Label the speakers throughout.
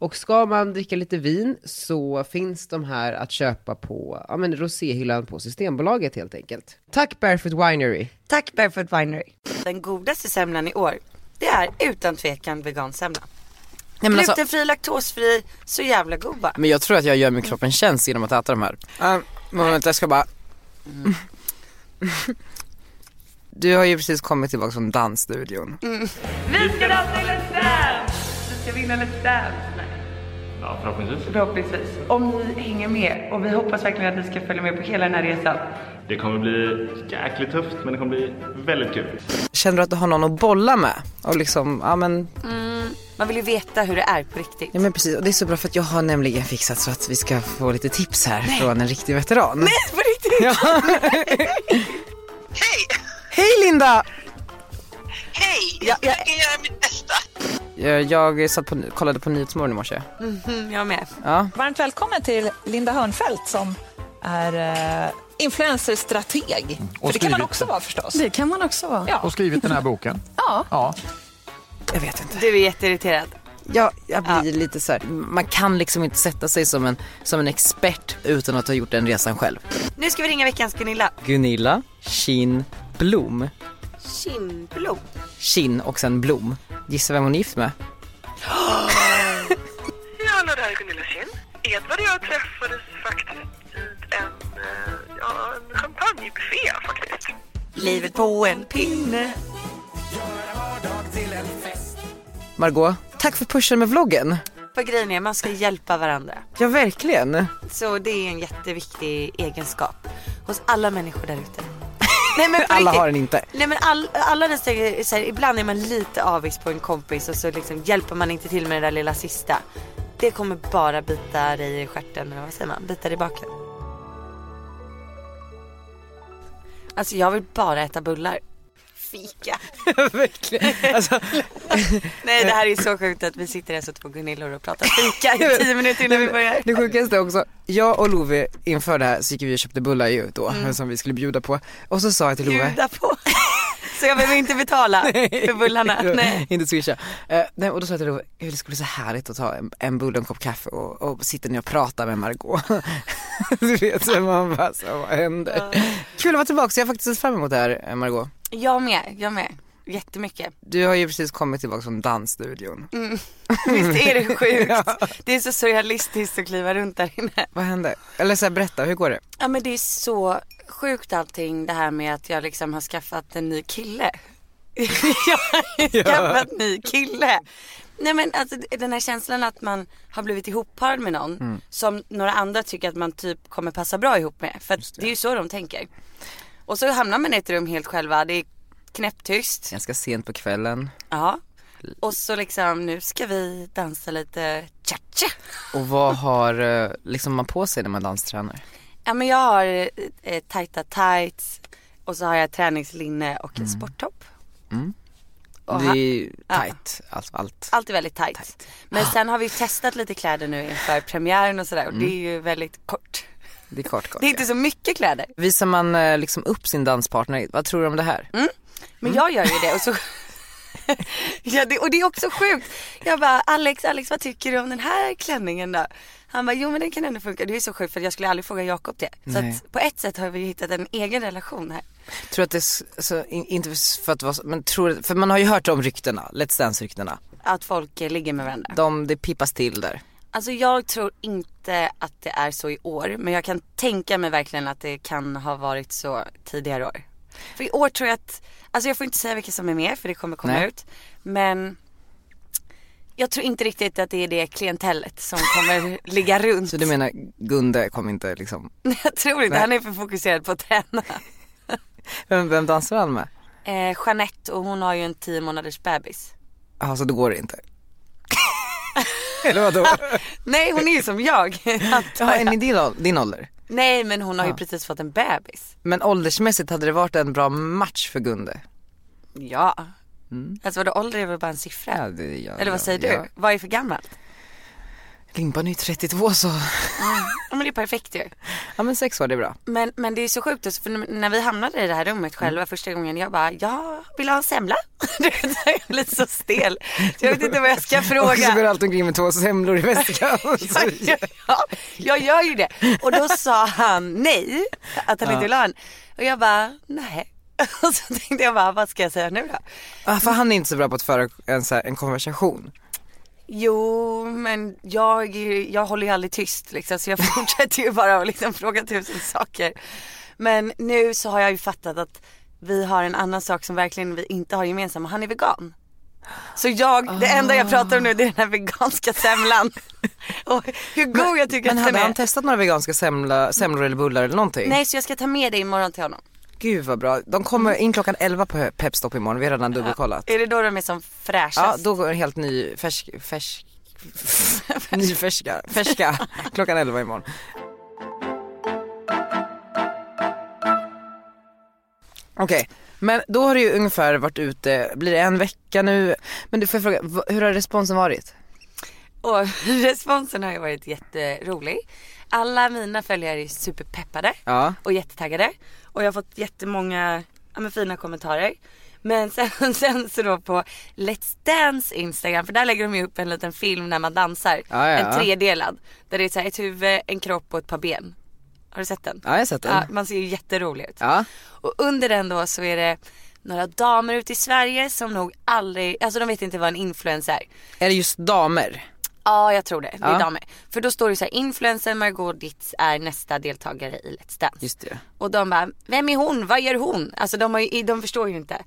Speaker 1: Och ska man dricka lite vin så finns de här att köpa på ja, men roséhyllan på Systembolaget helt enkelt. Tack Barefoot Winery!
Speaker 2: Tack Barefoot Winery. Den godaste semlan i år, det är utan tvekan vegansemla.
Speaker 3: Nej, men, alltså,
Speaker 2: Glutenfri, laktosfri, så jävla god bara.
Speaker 3: men jag tror att jag gör min kropp en tjänst genom att äta de här. Um, vänta, jag ska bara. Du har ju precis kommit tillbaka från dansstudion.
Speaker 4: Vi ska dansa i Let's Dance! Vi ska vinna Let's Dance. Nej,
Speaker 5: Ja, förhoppningsvis.
Speaker 4: förhoppningsvis. Om ni hänger med. Och vi hoppas verkligen att ni ska följa med på hela den här resan.
Speaker 5: Det kommer bli jäkligt tufft, men det kommer bli väldigt kul.
Speaker 3: Känner du att du har någon att bolla med? Och liksom, ja men,
Speaker 2: Man vill ju veta hur det är på riktigt.
Speaker 3: ja men precis. Och det är så bra för att jag har nämligen fixat så att vi ska få lite tips här från en riktig veteran. Nej,
Speaker 2: På riktigt?
Speaker 3: Hej Linda!
Speaker 6: Hej!
Speaker 2: Ja, ja.
Speaker 6: Jag ska göra mitt bästa.
Speaker 3: Jag, Eh, jag satt på, kollade på Nyhetsmorgon i morse.
Speaker 2: Mm, jag med.
Speaker 7: Varmt välkommen till Linda Hörnfeldt som är eh, influencerstrateg. För det kan man
Speaker 8: skrivit-
Speaker 7: också vara förstås.
Speaker 9: Det kan man också vara.
Speaker 7: Ja.
Speaker 8: och skrivit den här boken.
Speaker 7: Ja.
Speaker 8: ja.
Speaker 3: Jag vet inte.
Speaker 2: Du är jätteirriterad.
Speaker 3: Jag, jag blir lite så här. man kan liksom inte sätta sig som en, som en expert utan att ha gjort den resan själv.
Speaker 2: Nu ska vi ringa veckans Gunilla.
Speaker 3: Gunilla Kin Blom.
Speaker 2: Kindblom.
Speaker 3: Kin och sen Blom. Gissa vem hon är gift med?
Speaker 6: Ja, hallå, det här är Gunilla Kinn. Edvard och jag träffades faktiskt vid en, eh, ja, en champagnebuffé faktiskt.
Speaker 2: Livet på en pinne.
Speaker 3: Margot, tack för pushen med vloggen.
Speaker 2: För grejen är, man ska hjälpa varandra.
Speaker 3: Ja, verkligen.
Speaker 2: Så det är en jätteviktig egenskap hos alla människor där ute. Nej men på
Speaker 3: Alla
Speaker 2: riktigt.
Speaker 3: har den inte.
Speaker 2: Nej men all, alla dessa grejer, så här, ibland är man lite avis på en kompis och så liksom hjälper man inte till med det där lilla sista. Det kommer bara bita dig i stjärten eller vad säger man? Bita dig i baken. Alltså jag vill bara äta bullar. Fika.
Speaker 3: verkligen. Alltså,
Speaker 2: Nej det här är så sjukt att vi sitter här så två Gunillor och pratar fika i tio minuter innan vi börjar.
Speaker 3: det sjukaste är också, jag och Love inför det här så gick vi och köpte bullar ju då
Speaker 2: Mm.
Speaker 3: som vi skulle bjuda på. Och så sa jag till Love,
Speaker 2: Bjuda på. Så jag behöver inte betala för bullarna. Nej.
Speaker 3: inte swisha. Eh, nej, och då sa jag till Love, "Gud, det skulle bli så härligt att ta en, en bulle och en kopp kaffe och, och sitta ner och prata med Margot. du vet, så man bara, så, vad händer? Kul att vara tillbaka, jag har faktiskt sett fram emot det här eh, Margot.
Speaker 2: Jag med, jag med. Jättemycket.
Speaker 3: Du har ju precis kommit tillbaka från dansstudion.
Speaker 2: Mm. Visst är det sjukt? Det är så surrealistiskt att kliva runt där inne.
Speaker 3: Vad hände? Eller så här, berätta, hur går det?
Speaker 2: Ja men det är så sjukt allting det här med att jag liksom har skaffat en ny kille. jag har skaffat en ny kille. Nej men alltså den här känslan att man har blivit ihopparad med någon som några andra tycker att man typ kommer passa bra ihop med. För att det. är ju så de tänker. Och så hamnar man i ett rum helt själva. Det är knäpptyst.
Speaker 3: Ganska sent på kvällen.
Speaker 2: Ja. Och så liksom nu ska vi dansa lite cha-cha.
Speaker 3: Och vad har eh, liksom man på sig när man danstränar?
Speaker 2: Ja men jag har eh, tajta tights och så har jag träningslinne och en sporttopp. Och
Speaker 3: Det är
Speaker 2: ha,
Speaker 3: ju tight, alltså allt.
Speaker 2: allt är väldigt tight. Men sen har vi ju testat lite kläder nu inför premiären och sådär och det är ju väldigt kort.
Speaker 3: Det är kort, kort.
Speaker 2: Det är inte så mycket kläder.
Speaker 3: Visar man eh, liksom upp sin danspartner, vad tror du om det här?
Speaker 2: Men jag gör ju det och så Ja, det, och det är också sjukt. Jag bara Alex, Alex vad tycker du om den här klänningen då? Han bara jo men den kan ändå funka. Det är så sjukt för jag skulle aldrig fråga Jakob det. Så
Speaker 3: Nej.
Speaker 2: att på ett sätt har vi ju hittat en egen relation här.
Speaker 3: Tror att det, är s- alltså, in, inte för att vara så- men tror, för man har ju hört om ryktena, Let's Dance-ryktena.
Speaker 2: Att folk eh, ligger med varandra.
Speaker 3: De, det pippas till där.
Speaker 2: Alltså jag tror inte att det är så i år men jag kan tänka mig verkligen att det kan ha varit så tidigare år. För i år tror jag att, alltså jag får inte säga vilka som är med för det kommer komma
Speaker 3: Nej.
Speaker 2: ut. Men jag tror inte riktigt att det är det klientellet som kommer ligga runt.
Speaker 3: Så du menar Gunde kom inte liksom,
Speaker 2: jag tror inte, han är för fokuserad på att träna.
Speaker 3: vem, vem dansar han med?
Speaker 2: Eh, Jeanette och hon har ju en 10 månaders bebis.
Speaker 3: Ja, så då går det inte. Eller vadå?
Speaker 2: Nej hon är ju som jag.
Speaker 3: Ja,
Speaker 2: antar
Speaker 3: en i
Speaker 2: jag.
Speaker 3: din, ål- din ålder.
Speaker 2: Nej men hon har ju precis fått en bebis.
Speaker 3: Men åldersmässigt hade det varit en bra match för Gunde.
Speaker 2: Ja.
Speaker 3: Mm.
Speaker 2: Alltså vadå ålder är väl bara en siffra?
Speaker 3: det, ja,
Speaker 2: Eller vad säger
Speaker 3: ja.
Speaker 2: du? Vad är för gammalt?
Speaker 3: Limpan är ju 32 så,
Speaker 2: Mm. Ja men det är perfekt ju.
Speaker 3: ja men sex år det är bra.
Speaker 2: Men, men det är så sjukt alltså, för n- när vi hamnade i det här rummet själva första gången jag bara, jag vill ha en semla. Du vet, jag blir så stel. Så jag vet inte vad jag ska
Speaker 3: Och så går du
Speaker 2: fråga.
Speaker 3: alltid omkring med två semlor i väskan.
Speaker 2: Jag, jag, ja, jag gör ju det. Och då sa han nej, att han inte vill ha en. Och jag bara, nej. Och så tänkte jag bara, vad ska jag säga nu då?
Speaker 3: Ja, för han är inte så bra på att föra en, så här, en konversation.
Speaker 2: Jo, men jag, jag håller ju aldrig tyst liksom, så jag fortsätter ju bara att liksom fråga tusen saker. Men nu så har jag ju fattat att vi har en annan sak som verkligen vi inte har gemensam och han är vegan. Så jag, det enda jag pratar om nu det är den här veganska semlan. och hur god jag tycker
Speaker 3: Men
Speaker 2: att den
Speaker 3: hade
Speaker 2: är.
Speaker 3: han testat några veganska semla, semlor eller bullar eller någonting?
Speaker 2: Nej, så jag ska ta med dig imorgon till honom.
Speaker 3: Gud vad bra. De kommer in klockan 11 på Pepstop imorgon, vi har redan dubbelkollat.
Speaker 2: Är det då de är som
Speaker 3: Ja,
Speaker 2: fräschast?
Speaker 3: då går en helt ny färsk, färsk, nyfärska, färska klockan 11 imorgon. Okej, men då har du ju ungefär varit ute, blir det en vecka nu? Men du får jag fråga, v- hur har responsen varit?
Speaker 2: Och responsen har ju varit jätterolig. Alla mina följare är superpeppade
Speaker 3: Ja.
Speaker 2: och jättetaggade. Och jag har fått jättemånga ja, men, fina kommentarer. Men sen, sen så då på Let's Dance Instagram, för där lägger de ju upp en liten film när man dansar.
Speaker 3: Ja, ja, ja.
Speaker 2: En tredelad. Där det är så här ett huvud, en kropp och ett par ben. Har du sett den?
Speaker 3: Ja, jag har sett den.
Speaker 2: Ja, man ser ju jätterolig ut.
Speaker 3: Ja.
Speaker 2: Och under den då så är det några damer ute i Sverige som nog aldrig, alltså de vet inte vad en influencer är.
Speaker 3: Är det just damer?
Speaker 2: Ja jag tror det, det är
Speaker 3: Ja.
Speaker 2: damer. För då står det så här, influencer Margot Ditz är nästa deltagare i Let's Dance.
Speaker 3: Just det.
Speaker 2: Och de bara, vem är hon? Vad gör hon? Alltså de, har ju, de förstår ju inte.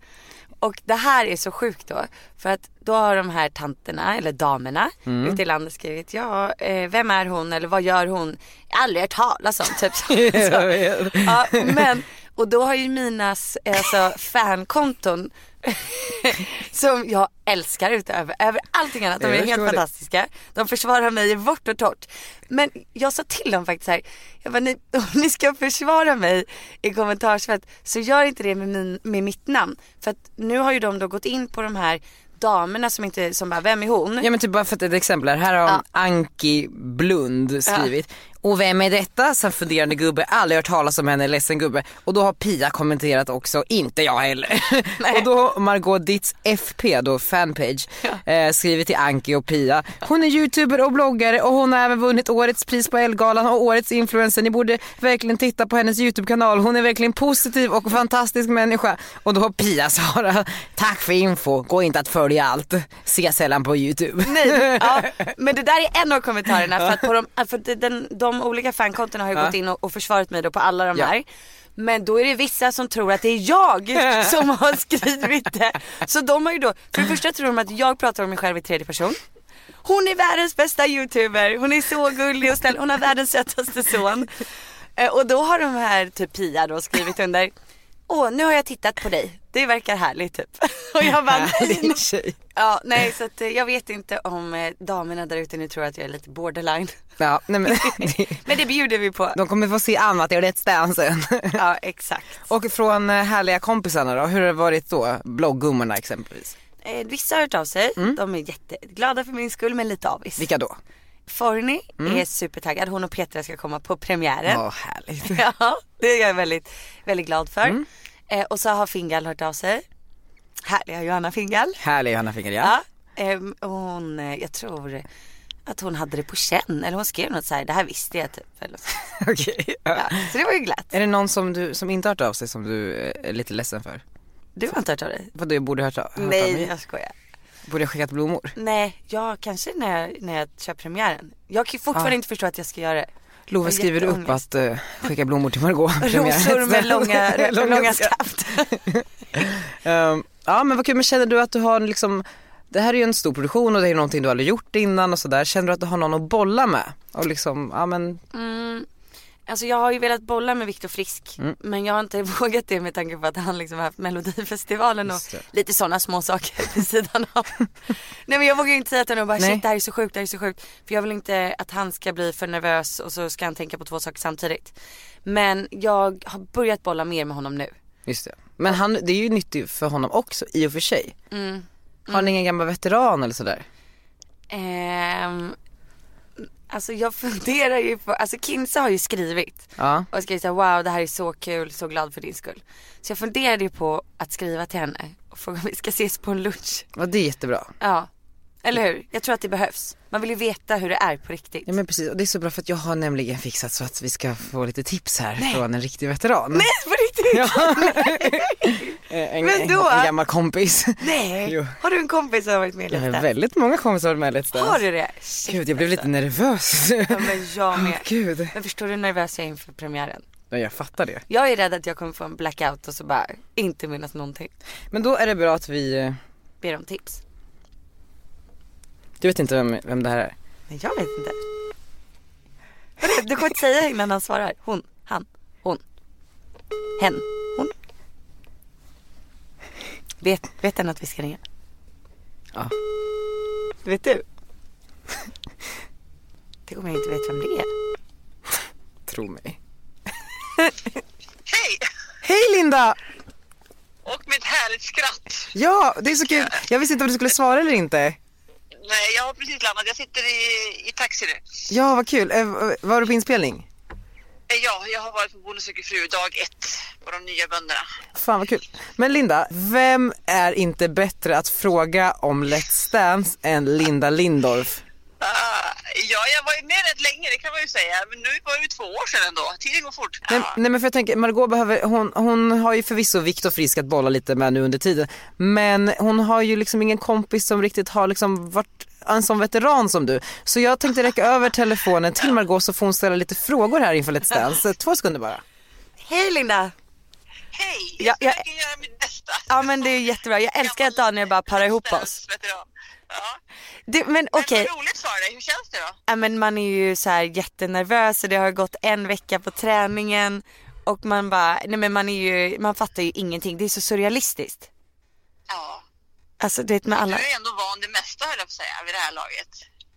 Speaker 2: Och det här är så sjukt då. För att då har de här tanterna, eller damerna,
Speaker 3: Mm.
Speaker 2: ute i landet skrivit, ja eh, vem är hon eller vad gör hon? Aldrig hört talas om typ. så.
Speaker 3: vet.
Speaker 2: ja, men, och då har ju minas alltså, fankonton som jag älskar utöver över allting annat. De
Speaker 3: Jag
Speaker 2: är helt
Speaker 3: förstår det.
Speaker 2: fantastiska. De försvarar mig i vårt och torrt. Men jag sa till dem faktiskt så här. Jag bara, ni, om ni ska försvara mig i kommentarsfält så gör inte det med, min, med mitt namn. För att nu har ju de då gått in på de här damerna som inte, som bara, vem är hon?
Speaker 3: Ja men typ bara för att ett exempel här, här har
Speaker 2: Ja.
Speaker 3: Anki Blund skrivit Och vem är detta? Sen funderande gubbe, aldrig hört talas om henne, ledsen gubbe Och då har Pia kommenterat också, inte jag heller Och då har Margot Ditts FP då, fanpage eh, skrivit till Anki och Pia Hon är youtuber och bloggare och hon har även vunnit årets pris på Elgalan och årets influencer Ni borde verkligen titta på hennes youtube-kanal Hon är verkligen positiv och fantastisk människa Och då har Pia svarat Tack för info, gå inte att följa allt Se sällan på youtube
Speaker 2: Nej, ja, men det där är en av kommentarerna för att på de, för att den, de olika fankontona har ju gått in och, och försvarat mig då på alla de
Speaker 3: Ja.
Speaker 2: här. Men då är det vissa som tror att det är jag som har skrivit det. Så de har ju då, för det första tror de att jag pratar om mig själv i tredje person. Hon är världens bästa youtuber, hon är så gullig och snäll, hon har världens sötaste son. Eh, Och då har de här typ Pia då skrivit under, åh nu har jag tittat på dig, det verkar härligt typ. Och jag bara, nej, nej.
Speaker 3: Härlig tjej.
Speaker 2: Ja, nej så att, eh, jag vet inte om eh, damerna där ute nu tror att jag är lite borderline.
Speaker 3: Ja, nej men,
Speaker 2: Men det bjuder vi på.
Speaker 3: de kommer få se annat i Let's Dance sen.
Speaker 2: Ja, exakt.
Speaker 3: Och från eh, härliga kompisarna då, hur har det varit då? Blogggummorna exempelvis.
Speaker 2: Eh, Vissa har hört av sig,
Speaker 3: Mm.
Speaker 2: de är jätteglada för min skull men lite avis.
Speaker 3: Vilka då?
Speaker 2: Forni är supertaggad, hon och Petra ska komma på premiären.
Speaker 3: Ja, Mm. härligt. Mm.
Speaker 2: Ja, det är jag väldigt, väldigt glad för. Eh, och så har Fingal hört av sig. Härliga Johanna Fingal.
Speaker 3: Härliga Johanna Finger, ja.
Speaker 2: Ja, ehm, och hon, eh, jag tror att hon hade det på känn eller hon skrev något så här, det här visste jag typ. Eller så.
Speaker 3: Okej. Ja.
Speaker 2: Ja, så det var ju glatt.
Speaker 3: Är det någon som, du, som inte har hört av sig som du eh, är lite ledsen för?
Speaker 2: Du har inte hört av dig?
Speaker 3: Vad du borde ha hört, av- hört av
Speaker 2: Nej
Speaker 3: mig?
Speaker 2: jag skojar.
Speaker 3: Borde jag skickat blommor?
Speaker 2: Nej, jag kanske när jag, när jag kör premiären. Jag kan ju fortfarande
Speaker 3: Ja.
Speaker 2: inte förstå att jag ska göra det. Jag
Speaker 3: Love
Speaker 2: har
Speaker 3: skriver du upp
Speaker 2: jätteångest.
Speaker 3: att eh, skicka blommor till Margot
Speaker 2: Rosor med långa, långa skaft.
Speaker 3: Ehm, ja men vad kul, men känner du att du har liksom det här är ju en stor produktion och det är någonting du aldrig gjort innan och sådär. Känner du att du har någon att bolla med? Och liksom, ja men
Speaker 2: Mm. Ja, Alltså jag har ju velat bolla med Viktor Frisk men jag har inte vågat det med tanke på att han liksom har haft melodifestivalen och lite sådana små saker vid sidan av. Nej men jag vågar ju inte säga till honom bara
Speaker 3: Nej.
Speaker 2: shit det här är så sjukt, det här är så sjukt. För jag vill inte att han ska bli för nervös och så ska han tänka på två saker samtidigt. Men jag har börjat bolla mer med honom nu.
Speaker 3: Just det. Men han, det är ju nyttigt för honom också i och för sig.
Speaker 2: Mm.
Speaker 3: Har ni ingen gammal veteran eller sådär?
Speaker 2: Ehm, alltså jag funderar ju på, alltså Kinsa har ju skrivit.
Speaker 3: Ja.
Speaker 2: Och skrev såhär wow det här är så kul, så glad för din skull. Så jag funderade ju på att skriva till henne och fråga om vi ska ses på en lunch.
Speaker 3: Ja, det är jättebra.
Speaker 2: Ja, eller hur? Jag tror att det behövs. Man vill ju veta hur det är på riktigt.
Speaker 3: Ja men precis, och det är så bra för att jag har nämligen fixat så att vi ska få lite tips här från en riktig veteran. Nej!
Speaker 2: På riktigt?
Speaker 3: En,
Speaker 2: Men
Speaker 3: en-
Speaker 2: då?
Speaker 3: en gammal kompis.
Speaker 2: Nej!
Speaker 3: Jo.
Speaker 2: Har du en kompis som har varit med i
Speaker 3: Jag har
Speaker 2: Let's
Speaker 3: väldigt många kompisar som har varit med i Let's
Speaker 2: Dance?
Speaker 3: Dance.
Speaker 2: Har du det? Shit,
Speaker 3: Gud, jag blev lite
Speaker 2: alltså.
Speaker 3: nervös.
Speaker 2: Ja, men jag
Speaker 3: Åh,
Speaker 2: med.
Speaker 3: Gud,
Speaker 2: Men förstår du hur nervös jag är inför premiären?
Speaker 3: ja, jag fattar det.
Speaker 2: Jag är rädd att jag kommer få en blackout och så bara inte minnas någonting.
Speaker 3: Men då är det bra att vi, eh,
Speaker 2: Ber om tips.
Speaker 3: du vet inte vem, vem det här är?
Speaker 2: Nej jag vet inte. Vadå, Du kommer inte säga innan han svarar. Hon, han, hon, hen, hon. Vet, vet den att vi ska ringa?
Speaker 3: Ja.
Speaker 2: Vet du? Tänk om jag inte vet vem det är.
Speaker 3: Tro mig.
Speaker 6: Hej!
Speaker 3: Hej Linda!
Speaker 6: Och med ett härligt skratt.
Speaker 3: Ja, det är så kul. Jag visste inte om du skulle svara eller inte.
Speaker 6: Nej, jag har precis landat. Jag sitter i, i taxi nu.
Speaker 3: Ja, vad kul. Eh, Var du på inspelning?
Speaker 6: Eh, Ja, jag har varit på Bonde söker fru dag ett på de nya bönderna.
Speaker 3: Fan vad kul. Men Linda, vem är inte bättre att fråga om Let's Dance än Linda Lindorff?
Speaker 6: Ah, ja, jag var ju med rätt länge, det kan man ju säga. Men nu var det ju två år sedan ändå. Tiden går fort.
Speaker 3: Nej,
Speaker 6: Ah,
Speaker 3: nej men för jag tänker, Margot behöver, hon, hon har ju förvisso Viktor Frisk att bolla lite med nu under tiden. Men hon har ju liksom ingen kompis som riktigt har liksom varit en sån veteran som du. Så jag tänkte räcka över telefonen till Margot så får hon ställa lite frågor här inför Let's Dance. Eh, Två sekunder bara.
Speaker 2: Hej Linda!
Speaker 6: Hej!
Speaker 2: Ja,
Speaker 6: Jag
Speaker 2: jag-
Speaker 6: försöker göra mitt bästa.
Speaker 2: Ja men det är jättebra. Jag älskar att Daniel bara parar ihop oss.
Speaker 6: Veteran. Ja.
Speaker 2: Du, men
Speaker 6: Men
Speaker 2: okej,
Speaker 6: Vad roligt för dig. Hur känns det då?
Speaker 2: ja, men man är ju så här jättenervös och det har gått en vecka på träningen. Och man bara, nej men man är ju, man fattar ju ingenting. Det är så surrealistiskt.
Speaker 6: Ja.
Speaker 2: Alltså det med alla.
Speaker 6: Du är ändå van det mesta höll jag på att säga vid det här laget.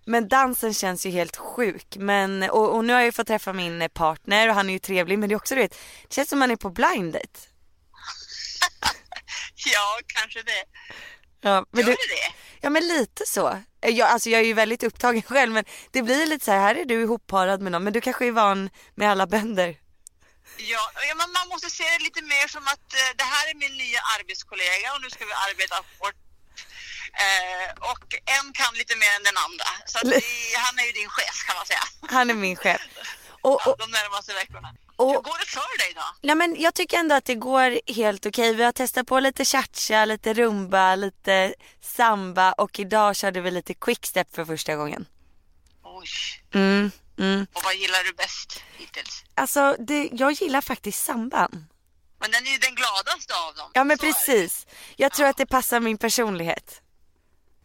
Speaker 2: Men dansen känns ju helt sjuk. Men, och, och nu har jag ju fått träffa min partner och han är ju trevlig men det är också du vet, det känns som man är på blind date.
Speaker 6: Ja, kanske det.
Speaker 2: Ja, men
Speaker 6: Gör
Speaker 2: du,
Speaker 6: det det?
Speaker 2: ja men lite så. Jag, alltså jag är ju väldigt upptagen själv men det blir lite så här, här är du ihopparad med någon men du kanske är van med alla bänder.
Speaker 6: Ja, ja, men man måste se det lite mer som att eh, det här är min nya arbetskollega och nu ska vi arbeta hårt. Eh, och en kan lite mer än den andra. Så att det, han är ju din chef kan man säga.
Speaker 2: Han är min chef. Och, och,
Speaker 6: De närmaste veckorna.
Speaker 2: Och-
Speaker 6: Hur går det för dig då?
Speaker 2: ja, men jag tycker ändå att det går helt okej. Vi har testat på lite cha-cha, lite rumba, lite samba och idag körde vi lite quickstep för första gången.
Speaker 6: Oj,
Speaker 2: Mm, mm.
Speaker 6: och vad gillar du bäst hittills?
Speaker 2: Alltså, det, jag gillar faktiskt samban.
Speaker 6: Men den är ju den gladaste av dem.
Speaker 2: Ja men
Speaker 6: Så är det.
Speaker 2: precis. Jag tror att det passar min personlighet.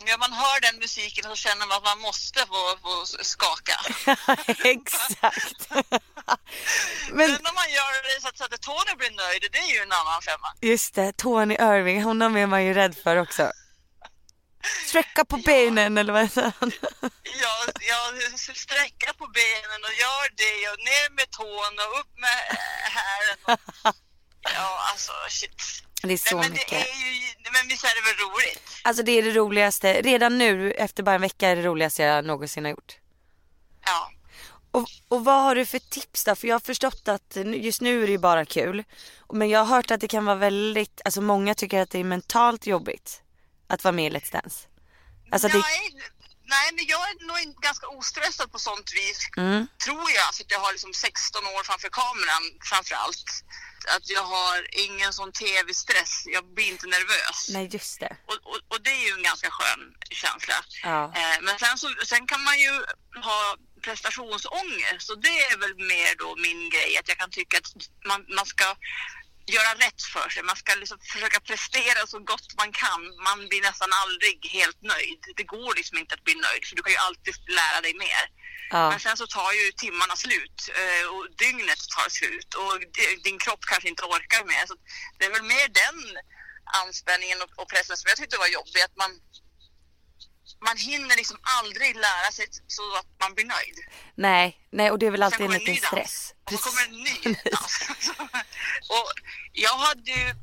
Speaker 6: Ja, man hör den musiken så känner man att man måste få, få skaka.
Speaker 2: Exakt.
Speaker 6: Men
Speaker 2: men
Speaker 6: när man gör det så att, så att Tony blir nöjd, det är ju en annan femma.
Speaker 2: just det, Tony Irving, honom är man ju rädd för också. Sträcka på benen eller vad heter han?
Speaker 6: Jag, jag sträcker på benen och gör det och ner med tån och upp med eh, hälen. och- Ja, alltså shit.
Speaker 2: Det är så
Speaker 6: Nej, men
Speaker 2: mycket.
Speaker 6: det är ju, men visst är det väl roligt?
Speaker 2: Alltså det är det roligaste, redan nu efter bara en vecka är det roligaste jag någonsin har gjort.
Speaker 6: Ja.
Speaker 2: Och, och vad har du för tips då? För jag har förstått att nu- just nu är det ju bara kul. Men jag har hört att det kan vara väldigt, alltså många tycker att det är mentalt jobbigt att vara med i Let's Dance. Alltså att det,
Speaker 6: nej, nej, men jag är nog in- ganska ostressad på sånt vis,
Speaker 2: Mm.
Speaker 6: tror jag. För att jag har liksom 16 år framför kameran framför allt. Att jag har ingen sån tv-stress, jag blir inte nervös.
Speaker 2: nej just det.
Speaker 6: Och, och, och det är ju en ganska skön känsla.
Speaker 2: Ja.
Speaker 6: Eh, men sen, så, sen kan man ju ha prestationsångest och det är väl mer då min grej att jag kan tycka att man, man ska göra rätt för sig. Man ska liksom försöka prestera så gott man kan. Man blir nästan aldrig helt nöjd. Det går liksom inte att bli nöjd för du kan ju alltid lära dig mer.
Speaker 2: Ja.
Speaker 6: Men sen så tar ju timmarna slut eh, och dygnet tar slut och di- din kropp kanske inte orkar mer. Så att det är väl mer den anspänningen och- och pressen som jag tyckte var jobbig. Att man, man hinner liksom aldrig lära sig så att man blir nöjd.
Speaker 2: Nej, nej och det är väl alltid
Speaker 6: Sen
Speaker 2: en
Speaker 6: kommer en
Speaker 2: liten
Speaker 6: ny
Speaker 2: stress.
Speaker 6: dans. Och så kommer en ny dans. och jag hade ju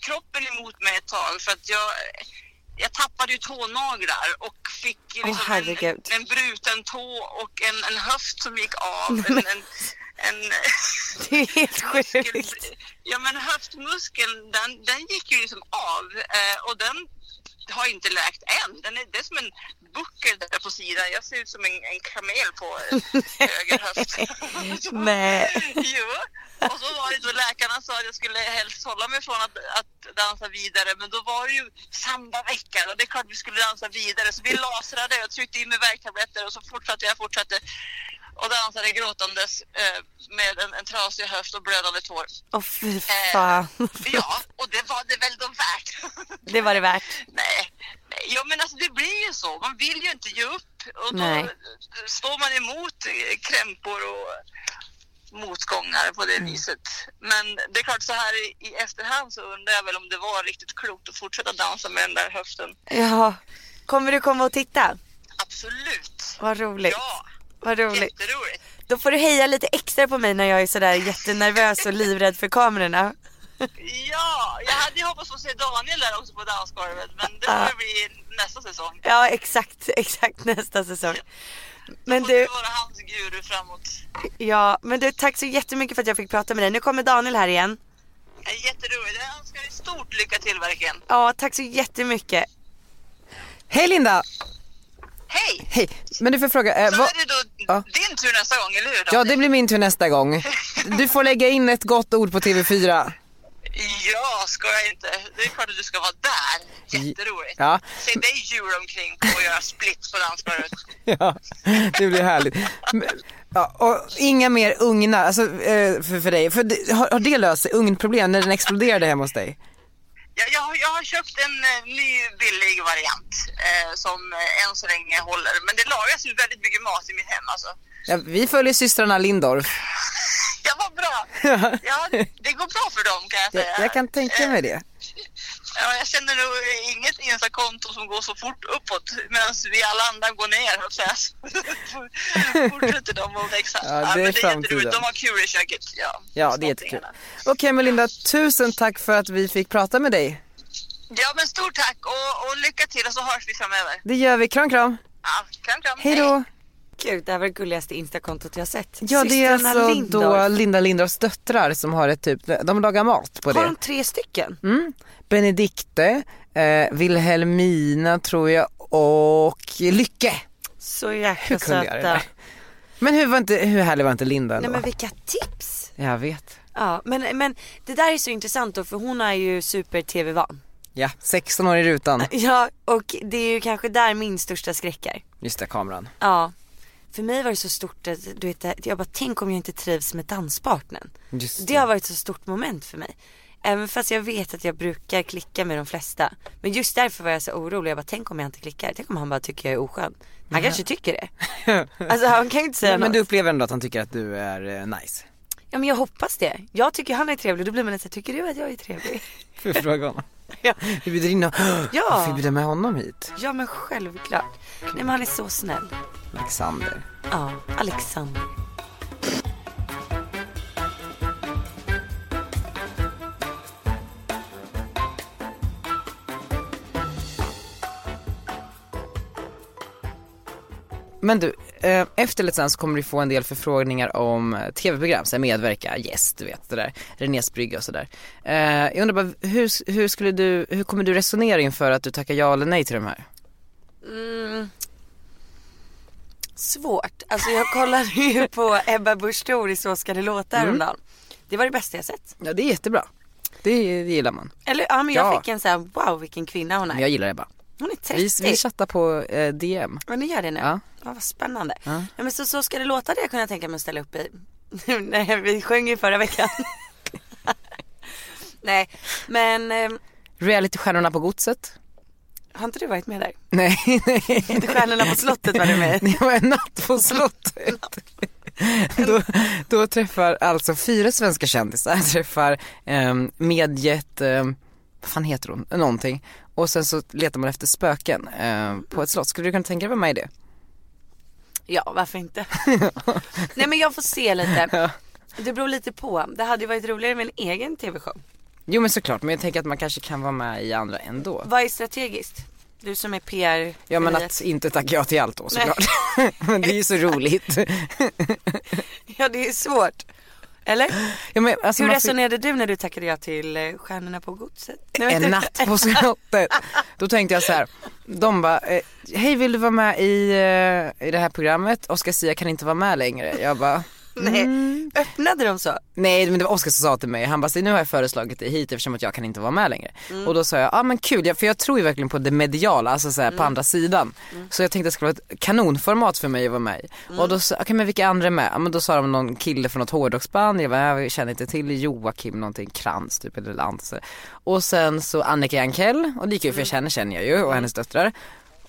Speaker 6: kroppen emot mig ett tag för att jag, jag tappade ju tånaglar och fick ju
Speaker 2: Åh,
Speaker 6: liksom en,
Speaker 2: herregud.
Speaker 6: en bruten tå och en, en höft som gick av. En, en, en,
Speaker 2: Det är helt
Speaker 6: muskel,
Speaker 2: sjukt.
Speaker 6: ja men höftmuskeln den, den gick ju liksom av eh, och den har inte läkt än. Den är, det är som en buckel där på sidan. Jag ser ut som en, en kamel på eh, höger höft.
Speaker 2: Nej.
Speaker 6: jo. Och så var det då läkarna sa att jag skulle helst hålla mig från att, att dansa vidare. Men då var det ju sambaveckan och det är klart vi skulle dansa vidare. Så vi lasrade och tryckte in med värktabletter och så fortsatte jag, fortsatte och dansade gråtandes eh, med en, en trasig höft och blödande tår.
Speaker 2: Åh fy
Speaker 6: Eh,
Speaker 2: fan.
Speaker 6: Ja, och det var det väl då värt.
Speaker 2: Det var det värt.
Speaker 6: Nej, nej. ja men alltså det blir ju så. Man vill ju inte ge upp och då
Speaker 2: Nej.
Speaker 6: står man emot eh, krämpor och motgångar på
Speaker 2: Mm.
Speaker 6: det viset. Men det är klart så här i, i efterhand så undrar jag väl om det var riktigt klokt att fortsätta dansa med den där höften.
Speaker 2: Ja. Kommer du komma och titta?
Speaker 6: Absolut.
Speaker 2: Vad roligt.
Speaker 6: Ja,
Speaker 2: Vad roligt.
Speaker 6: jätteroligt.
Speaker 2: Då får du heja lite extra på mig när jag är sådär jättenervös och livrädd för kamerorna.
Speaker 6: Ja, jag hade ju hoppats få se Daniel där också på dansgolvet men det
Speaker 2: Ja.
Speaker 6: får bli nästa säsong.
Speaker 2: Ja exakt, exakt nästa säsong. Men
Speaker 6: Får du
Speaker 2: du,
Speaker 6: vara hans guru framåt.
Speaker 2: ja, men du tack så jättemycket för att jag fick prata med dig. Nu kommer Daniel här igen.
Speaker 6: Det är Jätteroligt. Jag önskar dig stort lycka till verkligen.
Speaker 2: Ja, tack så jättemycket.
Speaker 3: Hej Linda!
Speaker 6: Hej!
Speaker 3: Hej! Men du får fråga, eh,
Speaker 6: Så
Speaker 3: vad...
Speaker 6: är det då
Speaker 3: Ja.
Speaker 6: din tur nästa gång, eller hur?
Speaker 3: Ja
Speaker 6: Daniel?
Speaker 3: det blir min tur nästa gång. Du får lägga in ett gott ord på TV4.
Speaker 6: ja, ska jag inte. Det är klart att du ska vara där. Jätteroligt.
Speaker 3: Ja.
Speaker 6: Se dig jul omkring på att göra splits på dansgolvet.
Speaker 3: Ja, det blir härligt. Men- Ja, och inga mer ugnar alltså, eh, för, för dig. För, det- har, har det löst sig, ugnproblem, när den exploderade hemma hos dig?
Speaker 6: Jag, jag, har- jag har köpt en eh, ny billig variant eh, som eh, än så länge håller. Men det lagas ju väldigt mycket mat i mitt hem alltså.
Speaker 3: Ja, vi följer systrarna Lindorf.
Speaker 6: Ja, vad bra! Ja, det går bra för dem kan jag
Speaker 3: Jag,
Speaker 6: säga.
Speaker 3: jag kan tänka mig det.
Speaker 6: Ja, jag känner nog inget Insta-konto som går så fort uppåt medan vi alla andra går ner. höll jag på att säga. Fortsätter de att växa.
Speaker 3: Ja, det är
Speaker 6: men
Speaker 3: framtiden.
Speaker 6: jätteroligt. De har kul i köket. Ja,
Speaker 3: Ja, det är jättekul.
Speaker 6: småttingarna.
Speaker 3: Okej Melinda, tusen tack för att vi fick prata med dig.
Speaker 6: Ja, men stort tack och, och lycka till och så hörs vi framöver.
Speaker 3: Det gör vi, kram kram.
Speaker 6: Ja, kram, kram.
Speaker 3: Hej då.
Speaker 2: Gud, det här var det gulligaste instakontot jag sett.
Speaker 3: Ja, det är
Speaker 2: Systrarna
Speaker 3: alltså då
Speaker 2: Lindorff.
Speaker 3: Linda Lindorfs döttrar som har ett typ, de lagar mat på
Speaker 2: Har
Speaker 3: det.
Speaker 2: de tre stycken?
Speaker 3: Mm. Benedikte, eh, Wilhelmina tror jag och Lycke.
Speaker 2: Så jäkla
Speaker 3: Hur kunde jag det
Speaker 2: söta.
Speaker 3: där? Men hur, var inte, hur härlig var inte Linda ändå?
Speaker 2: Nej men vilka tips!
Speaker 3: Jag vet.
Speaker 2: Ja, men, men det där är så intressant då för hon är ju super-tv-van.
Speaker 3: Ja, 16 år i rutan.
Speaker 2: Ja, och det är ju kanske där min största skräck är.
Speaker 3: Just det, kameran.
Speaker 2: Ja. För mig var det så stort att, du vet, att jag bara tänk om jag inte trivs med danspartnern.
Speaker 3: Just
Speaker 2: Det har varit ett så stort moment för mig. Även fast jag vet att jag brukar klicka med de flesta. Men just därför var jag så orolig. Jag bara, tänk om jag inte klickar. Tänk om han bara tycker jag är oskön. Han kanske tycker det. Alltså han kan ju inte säga
Speaker 3: Men
Speaker 2: något.
Speaker 3: du upplever ändå att han tycker att du är eh, nice?
Speaker 2: Ja men jag hoppas det. Jag tycker han är trevlig. Då blir man lite så här, tycker du att jag är trevlig?
Speaker 3: Får jag fråga honom?
Speaker 2: Ja.
Speaker 3: Vi bjuder in honom.
Speaker 2: Ja.
Speaker 3: Varför bjuder med honom hit?
Speaker 2: Ja men självklart. Nej men han är så snäll.
Speaker 3: Alexander.
Speaker 2: Ja, Alexander.
Speaker 3: Men du, eh, efter Let's Dance kommer du få en del förfrågningar om eh, tv-program, så här medverka, gäst, du vet sådär, Renés brygga och sådär. Eh, jag undrar bara, hur, hur, skulle du, hur kommer du resonera inför att du tackar ja eller nej till de här?
Speaker 2: Svårt. Alltså jag kollade ju på Ebba Busch Thor i Så ska det låta häromdagen. Det var det bästa jag sett.
Speaker 3: Ja det är jättebra, det, det gillar man.
Speaker 2: Eller ja men jag
Speaker 3: Ja.
Speaker 2: fick en så här, wow vilken kvinna hon
Speaker 3: Men
Speaker 2: är.
Speaker 3: jag gillar Ebba.
Speaker 2: Hon är 30.
Speaker 3: Vi, vi chattar på eh, DM.
Speaker 2: Ja ni gör det nu?
Speaker 3: Ja.
Speaker 2: Ja. vad spännande. Ja. men så, så ska det låta det jag kunde tänka mig att ställa upp i. Nej vi sjöng ju förra veckan. Nej men ehm,
Speaker 3: Realitystjärnorna på godset.
Speaker 2: Har inte du varit med där?
Speaker 3: Nej, nej.
Speaker 2: Inte Stjärnorna på slottet var du med i.
Speaker 3: Det var en natt på slottet. Då, då träffar alltså fyra svenska kändisar, träffar eh, mediet, eh, vad fan heter hon, någonting. Och sen så letar man efter spöken eh, på ett slott. Skulle du kunna tänka dig att vara med i det?
Speaker 2: Ja, varför inte? Nej men jag får se lite. Det beror lite på. Det hade ju varit roligare med en egen tv-show.
Speaker 3: Jo men såklart, men jag tänker att man kanske kan vara med i andra ändå.
Speaker 2: Vad är strategiskt? Du som är PR.
Speaker 3: Ja men att inte tacka ja till allt då såklart. men det är ju så roligt.
Speaker 2: Ja det är svårt. Eller?
Speaker 3: Ja, men, alltså,
Speaker 2: Hur
Speaker 3: man fick-
Speaker 2: resonerade du när du tackade ja till eh, Stjärnorna på godset? Nej,
Speaker 3: en
Speaker 2: vänta.
Speaker 3: natt på slottet. Då tänkte jag så här, de bara, eh, hej vill du vara med i, eh, i det här programmet? Oscar Sia kan inte vara med längre. Jag bara,
Speaker 2: Nej.
Speaker 3: Mm.
Speaker 2: Öppnade de så?
Speaker 3: nej men det var Oscar som sa till mig, han bara, "Se, nu har jag föreslagit dig hit eftersom att jag kan inte vara med längre. Och då sa jag, ja ah, men kul, jag- för jag tror ju verkligen på det mediala, alltså så här, på andra sidan. Så jag tänkte att det skulle vara ett kanonformat för mig att vara med i. Och då sa, okej men vilka andra är med? Ja men då sa de någon kille från något hårdrocksband, jag bara, jag känner inte till Joakim någonting, Krantz typ eller Lantz. Och sen så Annika Jankell, och det gick ju för henne känner jag ju, och hennes döttrar.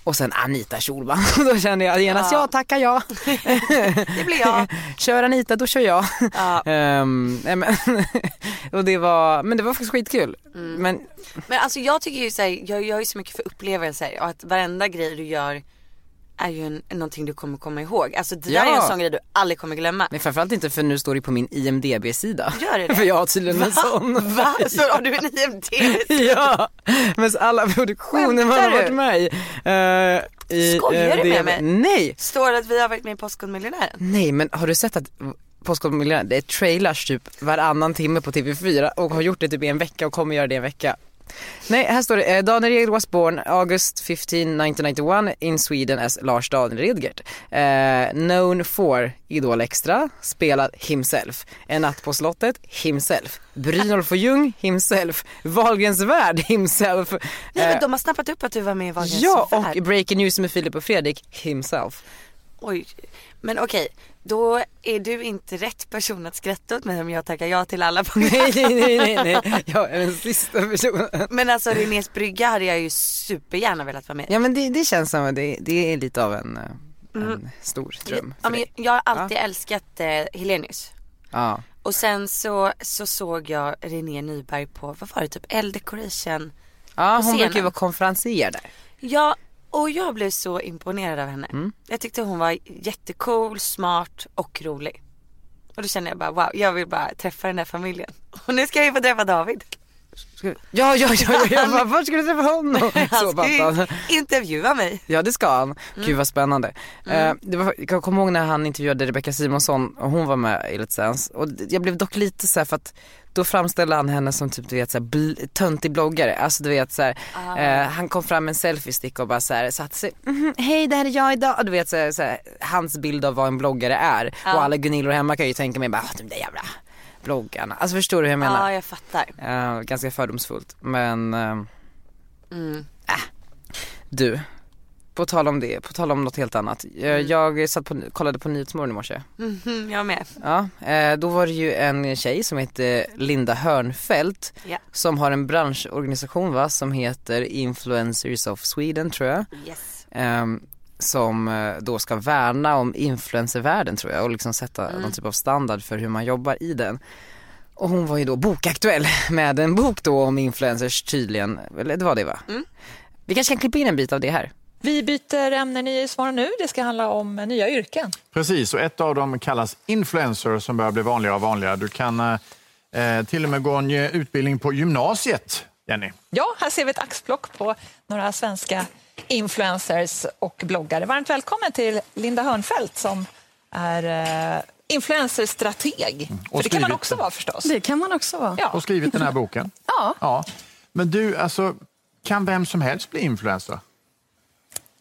Speaker 3: Och sen Anita Schulman, och då känner jag genast ja, tacka ja.
Speaker 2: Det blir jag.
Speaker 3: Kör Anita, då kör jag.
Speaker 2: Ja.
Speaker 3: Ehm, nej men, och det var, men det var faktiskt skitkul.
Speaker 2: Mm.
Speaker 3: Men
Speaker 2: Men alltså jag tycker ju såhär, jag jag gör ju så mycket för upplevelser och att varenda grej du gör är ju en, någonting du kommer komma ihåg. Alltså det där
Speaker 3: Ja.
Speaker 2: är en sån grej du aldrig kommer glömma.
Speaker 3: nej, framförallt inte för nu står det på min IMDB-sida.
Speaker 2: Gör det det?
Speaker 3: För jag har tydligen en sån.
Speaker 2: Va? Så har du en IMT?
Speaker 3: Ja, men så alla produktioner man har
Speaker 2: Skämtar du?
Speaker 3: varit med i. eh, i
Speaker 2: Skojar du med
Speaker 3: IMDb.
Speaker 2: mig?
Speaker 3: Nej,
Speaker 2: Står det att vi har varit med i Postkodmiljonären?
Speaker 3: nej men har du sett att Postkodmiljonären, det är trailers typ varannan timme på TV4 och har gjort det typ i en vecka och kommer göra det i en vecka. Nej, här står det. Eh, Daniel Redgert was born August 15, 1991 in Sweden as Lars Daniel Redgert. Eh, known for Idol Extra, spelad himself. En natt på slottet, himself. Brynolf och Ljung, himself. Wahlgrens värld, himself.
Speaker 2: Nej
Speaker 3: Eh,
Speaker 2: men de har snappat upp att du var med i Wahlgrens
Speaker 3: ja,
Speaker 2: affär.
Speaker 3: och Breaking News med Filip och Fredrik, himself.
Speaker 2: Oj. Men okej, då är du inte rätt person att skratta åt mig om jag tackar ja till alla program.
Speaker 3: Nej, nej, nej, nej, jag är den sista personen.
Speaker 2: Men alltså Linnés brygga hade jag ju supergärna velat vara med i.
Speaker 3: Ja men det, det känns som att det, det är lite av en, eh, en stor dröm för
Speaker 2: Mm. ja, men
Speaker 3: dig.
Speaker 2: jag har alltid älskat eh, Helenius.
Speaker 3: Ja.
Speaker 2: Och sen så, så såg jag René Nyberg på, vad var det, typ L Decoration.
Speaker 3: Ja, hon
Speaker 2: scenen.
Speaker 3: brukar ju vara konferencier där.
Speaker 2: Ja, och jag blev så imponerad av henne. Jag tyckte hon var jättecool, smart och rolig. Och då kände jag bara wow, jag vill bara träffa den där familjen. Och nu ska jag ju få träffa David.
Speaker 3: Ja, ja, ja, ja, jag bara, var ska du träffa honom? Så
Speaker 2: Han ska ju
Speaker 3: bantan.
Speaker 2: intervjua mig.
Speaker 3: Ja det ska han. Gud vad spännande. Eh, det var, jag kommer ihåg när han intervjuade Rebecca Simonsson och hon var med i Let's Dance. Och d- jag blev dock lite så här för att då framställde han henne som typ du vet så här, bl- töntig bloggare. Alltså du vet så här, eh, han kom fram med en selfiestick och bara så här satte sig. "Mhm, hej det här är jag idag. Och du vet så här, så här, hans bild av vad en bloggare är. Och alla Gunillor hemma kan ju tänka mig bara, "Ah, de där jävla bloggarna. Alltså förstår du hur jag menar?
Speaker 2: Ja, jag fattar.
Speaker 3: Eh, ganska fördomsfullt men eh,
Speaker 2: Mm.
Speaker 3: äh. Du, på tal om det, på tal om något helt annat. Eh, Jag satt på, kollade på Nyhetsmorgon i morse.
Speaker 2: Mhm, jag med.
Speaker 3: Ja, eh, då var det ju en tjej som heter Linda Hörnfeldt
Speaker 2: Ja.
Speaker 3: som har en branschorganisation va, som heter Influencers of Sweden tror jag.
Speaker 2: Yes.
Speaker 3: Ehm, som eh, då ska värna om influencervärlden tror jag och liksom sätta någon typ av standard för hur man jobbar i den. Och hon var ju då bokaktuell med en bok då om influencers tydligen, eller det var det va? Vi kanske kan klippa in en bit av det här.
Speaker 7: Vi byter ämne i Nyhetsmorgon nu. Det ska handla om nya yrken.
Speaker 8: Precis, och ett av dem kallas influencer som börjar bli vanligare och vanligare. Du kan eh, eh, till och med gå en eh, utbildning på gymnasiet, Jenny.
Speaker 7: Ja, här ser vi ett axplock på några svenska influencers och bloggare. Varmt välkommen till Linda Hörnfeldt som är eh, influencerstrateg. För det kan man
Speaker 8: skrivit-
Speaker 7: också vara förstås.
Speaker 9: Det kan man också vara.
Speaker 7: Ja.
Speaker 8: Och skrivit den här boken.
Speaker 7: Ja.
Speaker 8: ja. Men du, alltså, kan vem som helst bli influencer?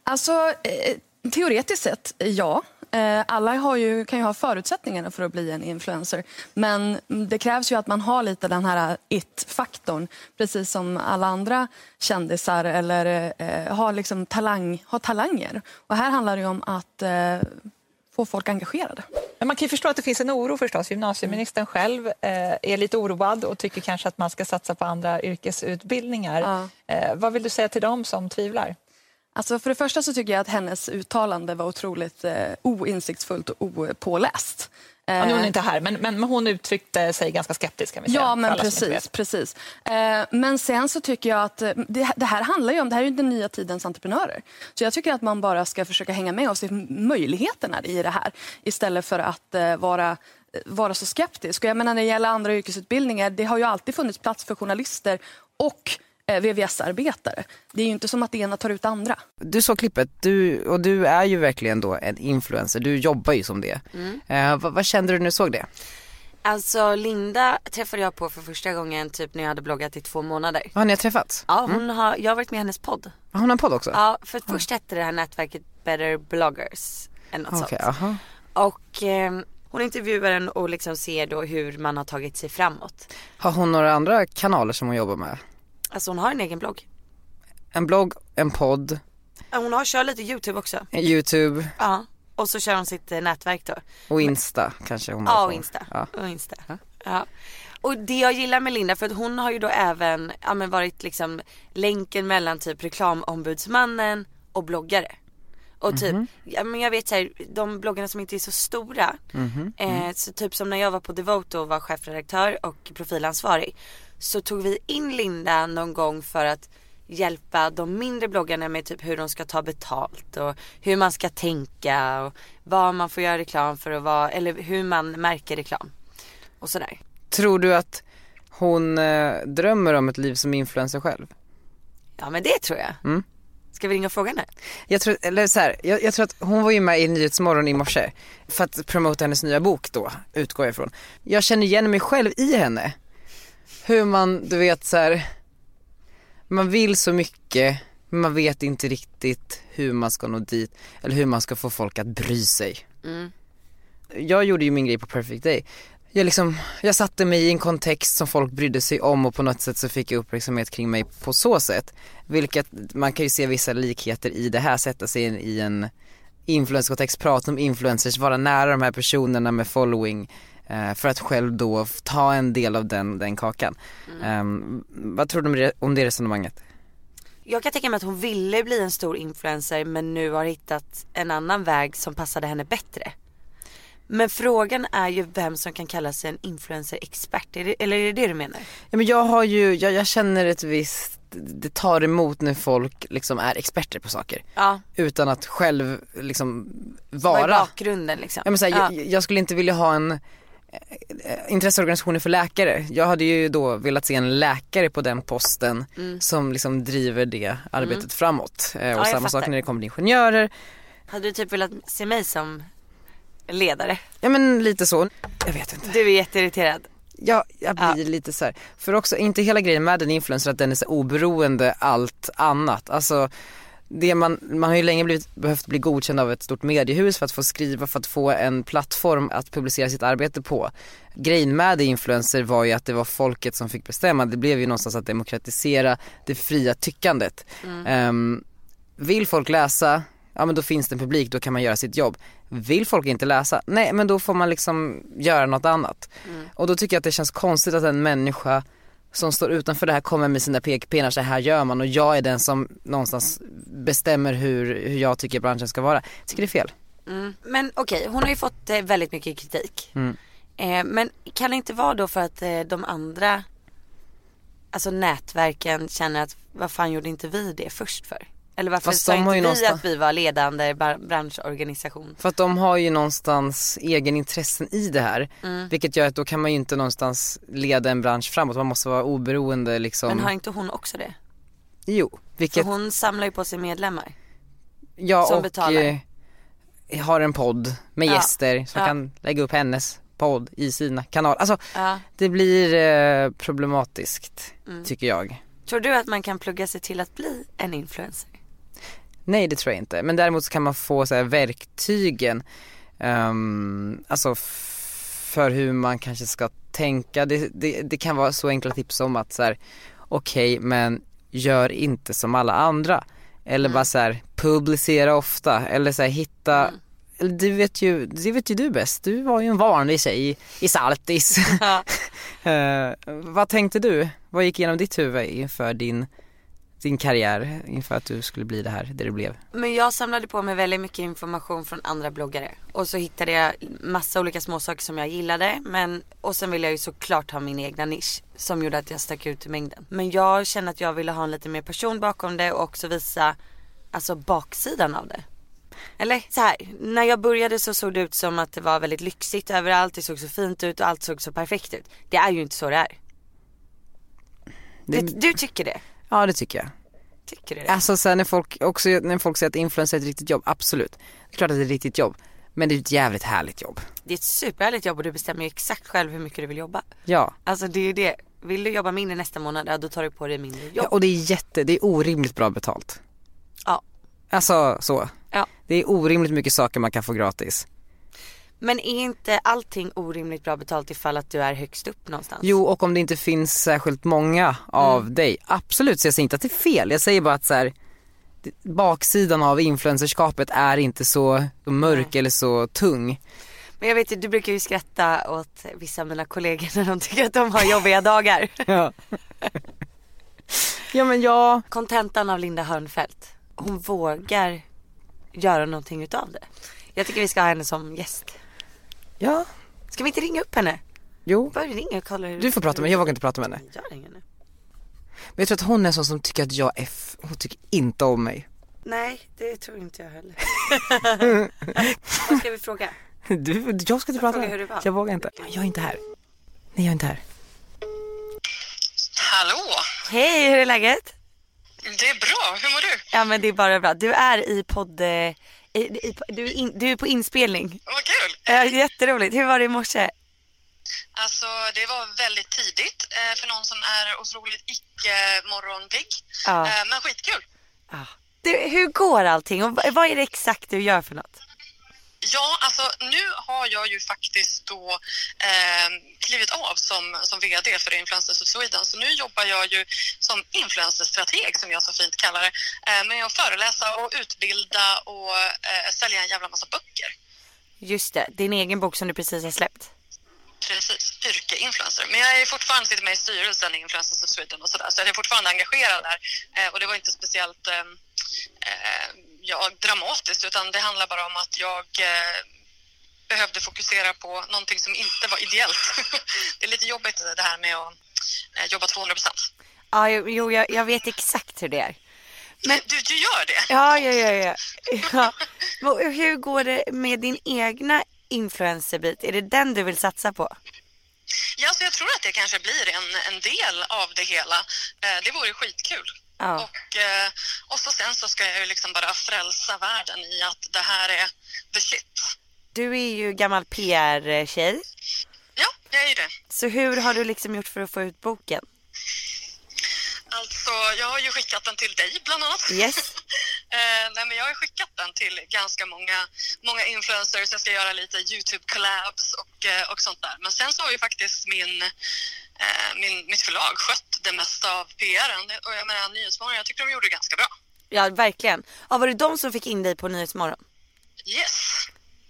Speaker 9: Alltså, eh, teoretiskt sett, ja. Eh, Alla har ju, kan ju ha förutsättningarna för att bli en influencer. Men mm, det krävs ju att man har lite den här it-faktorn. Precis som alla andra kändisar eller eh, har, liksom talang, har talanger. Och här handlar det ju om att eh, få folk engagerade.
Speaker 7: Men man kan ju förstå att det finns en oro förstås.
Speaker 9: Mm.
Speaker 7: Gymnasieministern själv eh, är lite oroad och tycker kanske att man ska satsa på andra yrkesutbildningar. Eh, vad vill du säga till dem som tvivlar?
Speaker 9: Alltså för det första så tycker jag att hennes uttalande var otroligt eh, oinsiktsfullt och opåläst. Eh,
Speaker 7: Ja, nu är hon inte här, men, men men hon uttryckte sig ganska skeptiskt kan vi säga.
Speaker 9: Ja,
Speaker 7: för
Speaker 9: men
Speaker 7: alla som inte
Speaker 9: precis.
Speaker 7: vet.
Speaker 9: precis. Eh, men sen så tycker jag att eh, det, det här handlar ju om, det här är ju den nya tidens entreprenörer. Så jag tycker att man bara ska försöka hänga med och se möjligheterna i det här istället för att eh, vara vara så skeptisk. Och jag menar när det gäller andra yrkesutbildningar, det har ju alltid funnits plats för journalister och eh, VVS-arbetare. Det är ju inte som att det ena tar ut andra.
Speaker 3: Du såg klippet du, och du är ju verkligen då en influencer, du jobbar ju som det.
Speaker 2: Mm.
Speaker 3: Eh, vad, vad kände du när du såg det?
Speaker 2: Alltså Linda träffade jag på för första gången typ när jag hade bloggat i två månader.
Speaker 3: Har ni har träffats?
Speaker 2: Ja, hon har, jag har varit med i hennes podd.
Speaker 3: Har hon en podd också?
Speaker 2: Ja, för först hette det här nätverket Better bloggers. Eller något
Speaker 3: Okej,
Speaker 2: sånt.
Speaker 3: aha.
Speaker 2: Och eh, hon intervjuar en och liksom ser då hur man har tagit sig framåt.
Speaker 3: Har hon några andra kanaler som hon jobbar med?
Speaker 2: Alltså hon har en egen blogg.
Speaker 3: En blogg, en podd,
Speaker 2: Hon har, kör lite YouTube också.
Speaker 3: en YouTube
Speaker 2: Ja. Och så kör hon sitt eh, nätverk då.
Speaker 3: och Insta kanske hon håller
Speaker 2: Ja
Speaker 3: på
Speaker 2: och
Speaker 3: med.
Speaker 2: Insta.
Speaker 3: Ja.
Speaker 2: Och, Insta. Ja. och det jag gillar med Linda för att hon har ju då även ja, men varit liksom länken mellan typ reklamombudsmannen och bloggare. Och typ, ja, men jag vet så här, de bloggarna som inte är så stora. Eh, så typ som när jag var på Devoto och var chefredaktör och profilansvarig. Så tog vi in Linda någon gång för att hjälpa de mindre bloggarna med typ hur de ska ta betalt och hur man ska tänka och vad man får göra reklam för och vad, eller hur man märker reklam. Och sådär.
Speaker 3: Tror du att hon eh, drömmer om ett liv som influencer själv?
Speaker 2: Ja men det tror jag. Mm. Ska vi ringa och fråga henne?
Speaker 3: Jag tror, eller så här, jag, jag tror att hon var ju med i Nyhetsmorgon i morse för att promota hennes nya bok då, utgår jag ifrån. Jag känner igen mig själv i henne. Hur man, du vet så här, man vill så mycket men man vet inte riktigt hur man ska nå dit eller hur man ska få folk att bry sig. Jag gjorde ju min grej på Perfect Day. Jag, liksom, jag satte mig i en kontext som folk brydde sig om och på något sätt så fick jag uppmärksamhet kring mig på så sätt. Vilket, man kan ju se vissa likheter i det här, sätta sig in i en influencerkontext, prata om influencers, vara nära de här personerna med following eh, för att själv då f- ta en del av den, den kakan. Ehm, vad tror du om det, om det resonemanget?
Speaker 2: Jag kan tänka mig att hon ville bli en stor influencer men nu har hittat en annan väg som passade henne bättre. Men frågan är ju vem som kan kalla sig en influencer-expert. Är det- Eller är det det du menar?
Speaker 3: Ja, men jag har ju, jag, jag känner ett visst, det tar emot när folk liksom är experter på saker.
Speaker 2: Ja,
Speaker 3: utan att själv liksom
Speaker 2: vad är
Speaker 3: vara.
Speaker 2: bakgrunden liksom?
Speaker 3: Ja, men så här,
Speaker 2: ja.
Speaker 3: jag, jag skulle inte vilja ha en eh, intresseorganisationer för läkare. Jag hade ju då velat se en läkare på den posten som liksom driver det arbetet framåt. Eh,
Speaker 2: Mm. jag
Speaker 3: och samma sak
Speaker 2: fattar.
Speaker 3: när det kommer till ingenjörer.
Speaker 2: Hade du typ velat se mig som ledare?
Speaker 3: Ja men lite så. Jag vet inte.
Speaker 2: Du är jätteirriterad.
Speaker 3: Jag, jag blir lite så här. för också inte hela grejen med en influencer att den är så oberoende allt annat. Alltså det man, man har ju länge blivit, behövt bli godkänd av ett stort mediehus för att få skriva, för att få en plattform att publicera sitt arbete på. Grejen med influencer var ju att det var folket som fick bestämma, det blev ju någonstans att demokratisera det fria tyckandet. Ehm, vill folk läsa, ja men då finns det en publik, då kan man göra sitt jobb. Vill folk inte läsa, nej men då får man liksom göra något annat.
Speaker 2: Mm.
Speaker 3: Och då tycker jag att det känns konstigt att en människa som står utanför det här kommer med sina pekpinnar, så här gör man och jag är den som någonstans bestämmer hur, hur jag tycker branschen ska vara. Jag tycker det är fel.
Speaker 2: Men okej, hon har ju fått eh, väldigt mycket kritik.
Speaker 3: Mm.
Speaker 2: Eh, men kan det inte vara då för att eh, de andra, alltså nätverken känner att vad fan gjorde inte vi det först för? Eller varför
Speaker 3: Fast
Speaker 2: sa
Speaker 3: de
Speaker 2: inte
Speaker 3: har
Speaker 2: vi
Speaker 3: ju någonstans-
Speaker 2: att vi var ledande bra- branschorganisation?
Speaker 3: För att de har ju någonstans egenintressen i det här.
Speaker 2: Mm.
Speaker 3: Vilket gör att då kan man ju inte någonstans leda en bransch framåt, man måste vara oberoende liksom.
Speaker 2: Men har inte hon också det?
Speaker 3: Jo,
Speaker 2: För
Speaker 3: vilket
Speaker 2: hon samlar ju på sig medlemmar.
Speaker 3: Ja
Speaker 2: Som
Speaker 3: och
Speaker 2: betalar.
Speaker 3: eh, har en podd med
Speaker 2: Ja.
Speaker 3: gäster som
Speaker 2: Ja.
Speaker 3: kan lägga upp hennes podd i sina kanaler. Alltså
Speaker 2: Ja. Mm.
Speaker 3: det blir eh, problematiskt tycker jag.
Speaker 2: Tror du att man kan plugga sig till att bli en influencer?
Speaker 3: Nej det tror jag inte. Men däremot så kan man få så här, verktygen ehm, alltså f- för hur man kanske ska tänka. Det, det, det kan vara så enkla tips som att så här, okej men gör inte som alla andra. Eller bara så här, publicera ofta eller så här, hitta det vet ju, det vet ju du bäst. Du var ju en vanlig tjej i Saltis.
Speaker 2: Ja.
Speaker 3: Eh, vad tänkte du? Vad gick genom ditt huvud inför din, din karriär? Inför att du skulle bli det här, det du blev?
Speaker 2: Men jag samlade på mig väldigt mycket information från andra bloggare. Och så hittade jag massa olika småsaker som jag gillade. Men, och sen ville jag ju såklart ha min egna nisch. Som gjorde att jag stack ut i mängden. Men jag kände att jag ville ha en lite mer person bakom det och också visa alltså baksidan av det. Eller så här, när jag började så såg det ut som att det var väldigt lyxigt överallt. Det såg så fint ut och allt såg så perfekt ut. Det är ju inte så det är.
Speaker 3: Det-
Speaker 2: Du, du tycker det?
Speaker 3: Ja det tycker jag.
Speaker 2: Tycker du det?
Speaker 3: Alltså så här, när, folk, också, när folk säger att influencer är ett riktigt jobb, absolut. Det är klart att det är ett riktigt jobb. Men det är ett jävligt härligt jobb.
Speaker 2: Det är ett superhärligt jobb och du bestämmer ju exakt själv hur mycket du vill jobba.
Speaker 3: Ja.
Speaker 2: Alltså det är ju det. Vill du jobba mindre nästa månad, ja, då tar du på dig mindre jobb.
Speaker 3: ja och det är jätte, det är orimligt bra betalt.
Speaker 2: Ja.
Speaker 3: Alltså så.
Speaker 2: Ja.
Speaker 3: Det är orimligt mycket saker man kan få gratis.
Speaker 2: Men är inte allting orimligt bra betalt ifall att du är högst upp någonstans?
Speaker 3: Jo och om det inte finns särskilt många av dig. Absolut så jag säger inte att det är fel. Jag säger bara att så här, det- baksidan av influencerskapet är inte så mörk eller så tung.
Speaker 2: Men jag vet ju, du brukar ju skratta åt vissa av mina kollegor när de tycker att de har jobbiga dagar.
Speaker 3: Ja. ja men jag
Speaker 2: Kontentan av Linda Hörnfeldt. Hon vågar göra någonting utav det. Jag tycker vi ska ha henne som gäst.
Speaker 3: Ja,
Speaker 2: Ska vi inte ringa upp henne?
Speaker 3: jo.
Speaker 2: Börja ringa och kolla hur
Speaker 3: Du får prata med Jag vågar inte prata med henne.
Speaker 2: Jag ringer nu.
Speaker 3: Men jag tror att hon är en sån som tycker att jag är... F- hon tycker inte om mig.
Speaker 2: Nej, det tror inte jag heller. Vad ska vi fråga?
Speaker 3: Du, jag ska inte prata
Speaker 2: frågar
Speaker 3: med
Speaker 2: hur det
Speaker 3: henne.
Speaker 2: var.
Speaker 3: Jag vågar inte. Jag är inte här. Nej, jag är inte här.
Speaker 6: Hallå!
Speaker 2: Hej, hur är läget?
Speaker 6: Det är bra, hur mår du?
Speaker 2: Ja men det är bara bra. Du är i podd... eh, I, i, du, är in, du är på inspelning.
Speaker 6: Vad kul!
Speaker 2: Eh, jätteroligt. Hur var det i morse?
Speaker 6: Alltså det var väldigt tidigt eh, för någon som är otroligt icke-morgonpigg.
Speaker 2: Ja.
Speaker 6: Eh, Men skitkul!
Speaker 2: Ah. Du, hur går allting och v- vad är det exakt du gör för något?
Speaker 6: Ja, alltså nu har jag ju faktiskt då eh, klivit av som, som VD för Influencers of Sweden. Så nu jobbar jag ju som influencerstrateg som jag så fint kallar det. Eh, med att föreläsa och utbilda och eh, sälja en jävla massa böcker.
Speaker 2: Just det, din egen bok som du precis har släppt.
Speaker 6: Precis, yrkeinfluencer. Men jag är fortfarande sitter med i styrelsen i Influencers of Sweden och sådär. Så jag är fortfarande engagerad där. Eh, och det var inte speciellt eh, eh, ja, dramatiskt utan det handlar bara om att jag eh, behövde fokusera på någonting som inte var ideellt. det är lite jobbigt det här med att eh, jobba 200 procent.
Speaker 2: Ja, jo, jo, jag, jag vet exakt hur det är.
Speaker 6: Men du, du gör det?
Speaker 2: Ja, ja, ja, ja. ja. Men Hur går det med din egna influencerbit? Är det den du vill satsa på?
Speaker 6: Ja, så jag tror att det kanske blir en, en del av det hela. Eh, det vore skitkul.
Speaker 2: Ja.
Speaker 6: Och, eh, och så sen så ska jag ju liksom bara frälsa världen i att det här är the shit.
Speaker 2: Du är ju gammal PR-tjej.
Speaker 6: Ja, jag är ju det.
Speaker 2: Så hur har du liksom gjort för att få ut boken?
Speaker 6: Alltså, jag har ju skickat den till dig bland annat.
Speaker 2: Yes.
Speaker 6: eh, nej, men jag har ju skickat den till ganska många, många influencers. Jag ska göra lite YouTube-collabs och, eh, och sånt där. Men sen så har ju faktiskt min, eh, min, mitt förlag skött det mesta av PRen. Och jag menar, Nyhetsmorgon, jag tycker de gjorde det ganska bra.
Speaker 2: Ja, verkligen. Ja, var det de som fick in dig på Nyhetsmorgon?
Speaker 6: Yes!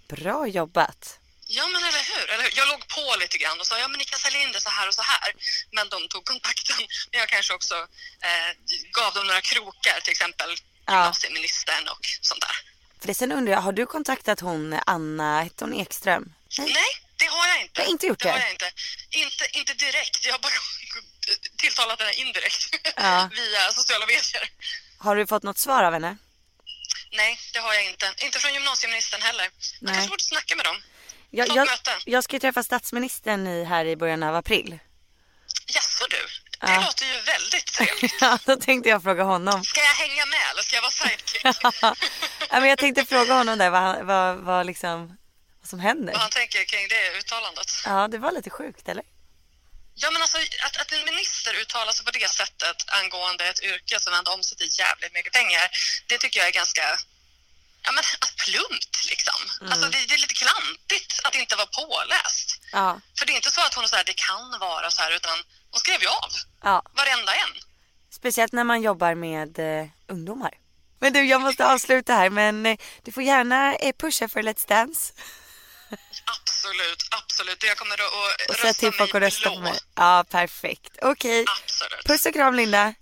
Speaker 2: Bra jobbat.
Speaker 6: Ja men eller hur, eller hur? Jag låg på lite grann och sa ja men ni kan sälja in det så här och så här. Men de tog kontakten. Men jag kanske också eh, gav dem några krokar till exempel
Speaker 2: Ja.
Speaker 6: gymnasieministern och sånt där.
Speaker 2: Förresten undrar jag, har du kontaktat hon Anna, hette hon Ekström?
Speaker 6: Nej, det har jag inte.
Speaker 2: Du har inte gjort
Speaker 6: det? har
Speaker 2: det?
Speaker 6: jag inte. Inte, inte direkt, jag har bara tilltalat henne indirekt
Speaker 2: Ja.
Speaker 6: via sociala medier.
Speaker 2: Har du fått något svar av henne?
Speaker 6: Nej, det har jag inte. Inte från gymnasieministern heller. Jag
Speaker 2: Nej.
Speaker 6: kanske borde snacka med dem.
Speaker 2: Jag,
Speaker 6: Något
Speaker 2: jag,
Speaker 6: möte.
Speaker 2: jag ska ju träffa statsministern i, här i början av april.
Speaker 6: Jaså du, det
Speaker 2: Ja.
Speaker 6: låter ju väldigt trevligt.
Speaker 2: Ja, då tänkte jag fråga honom.
Speaker 6: Ska jag hänga med eller ska jag vara sidekick?
Speaker 2: Ja, men jag tänkte fråga honom där vad, han- vad, vad, liksom, vad som händer.
Speaker 6: Vad han tänker kring det uttalandet.
Speaker 2: Ja, det var lite sjukt eller?
Speaker 6: Ja, men alltså att, att en minister uttalar sig på det sättet angående ett yrke som ändå omsätter jävligt mycket pengar, det tycker jag är ganska ja, men, att plumpt liksom.
Speaker 2: Mm.
Speaker 6: Alltså det, det är lite klantigt att inte vara påläst.
Speaker 2: Ja.
Speaker 6: För det är inte så att hon är så här, det kan vara så här, utan hon skrev ju av
Speaker 2: ja.
Speaker 6: varenda en.
Speaker 2: Speciellt när man jobbar med eh, ungdomar. Men du, jag måste avsluta här, men eh, du får gärna eh, pusha för Let's Dance.
Speaker 6: Absolut, absolut. Jag kommer att och
Speaker 2: Och säg
Speaker 6: rösta
Speaker 2: till folk att
Speaker 6: mig
Speaker 2: rösta på
Speaker 6: blå.
Speaker 2: mig. Ja, perfekt. Okej.
Speaker 6: Absolut.
Speaker 2: Puss och kram, Linda.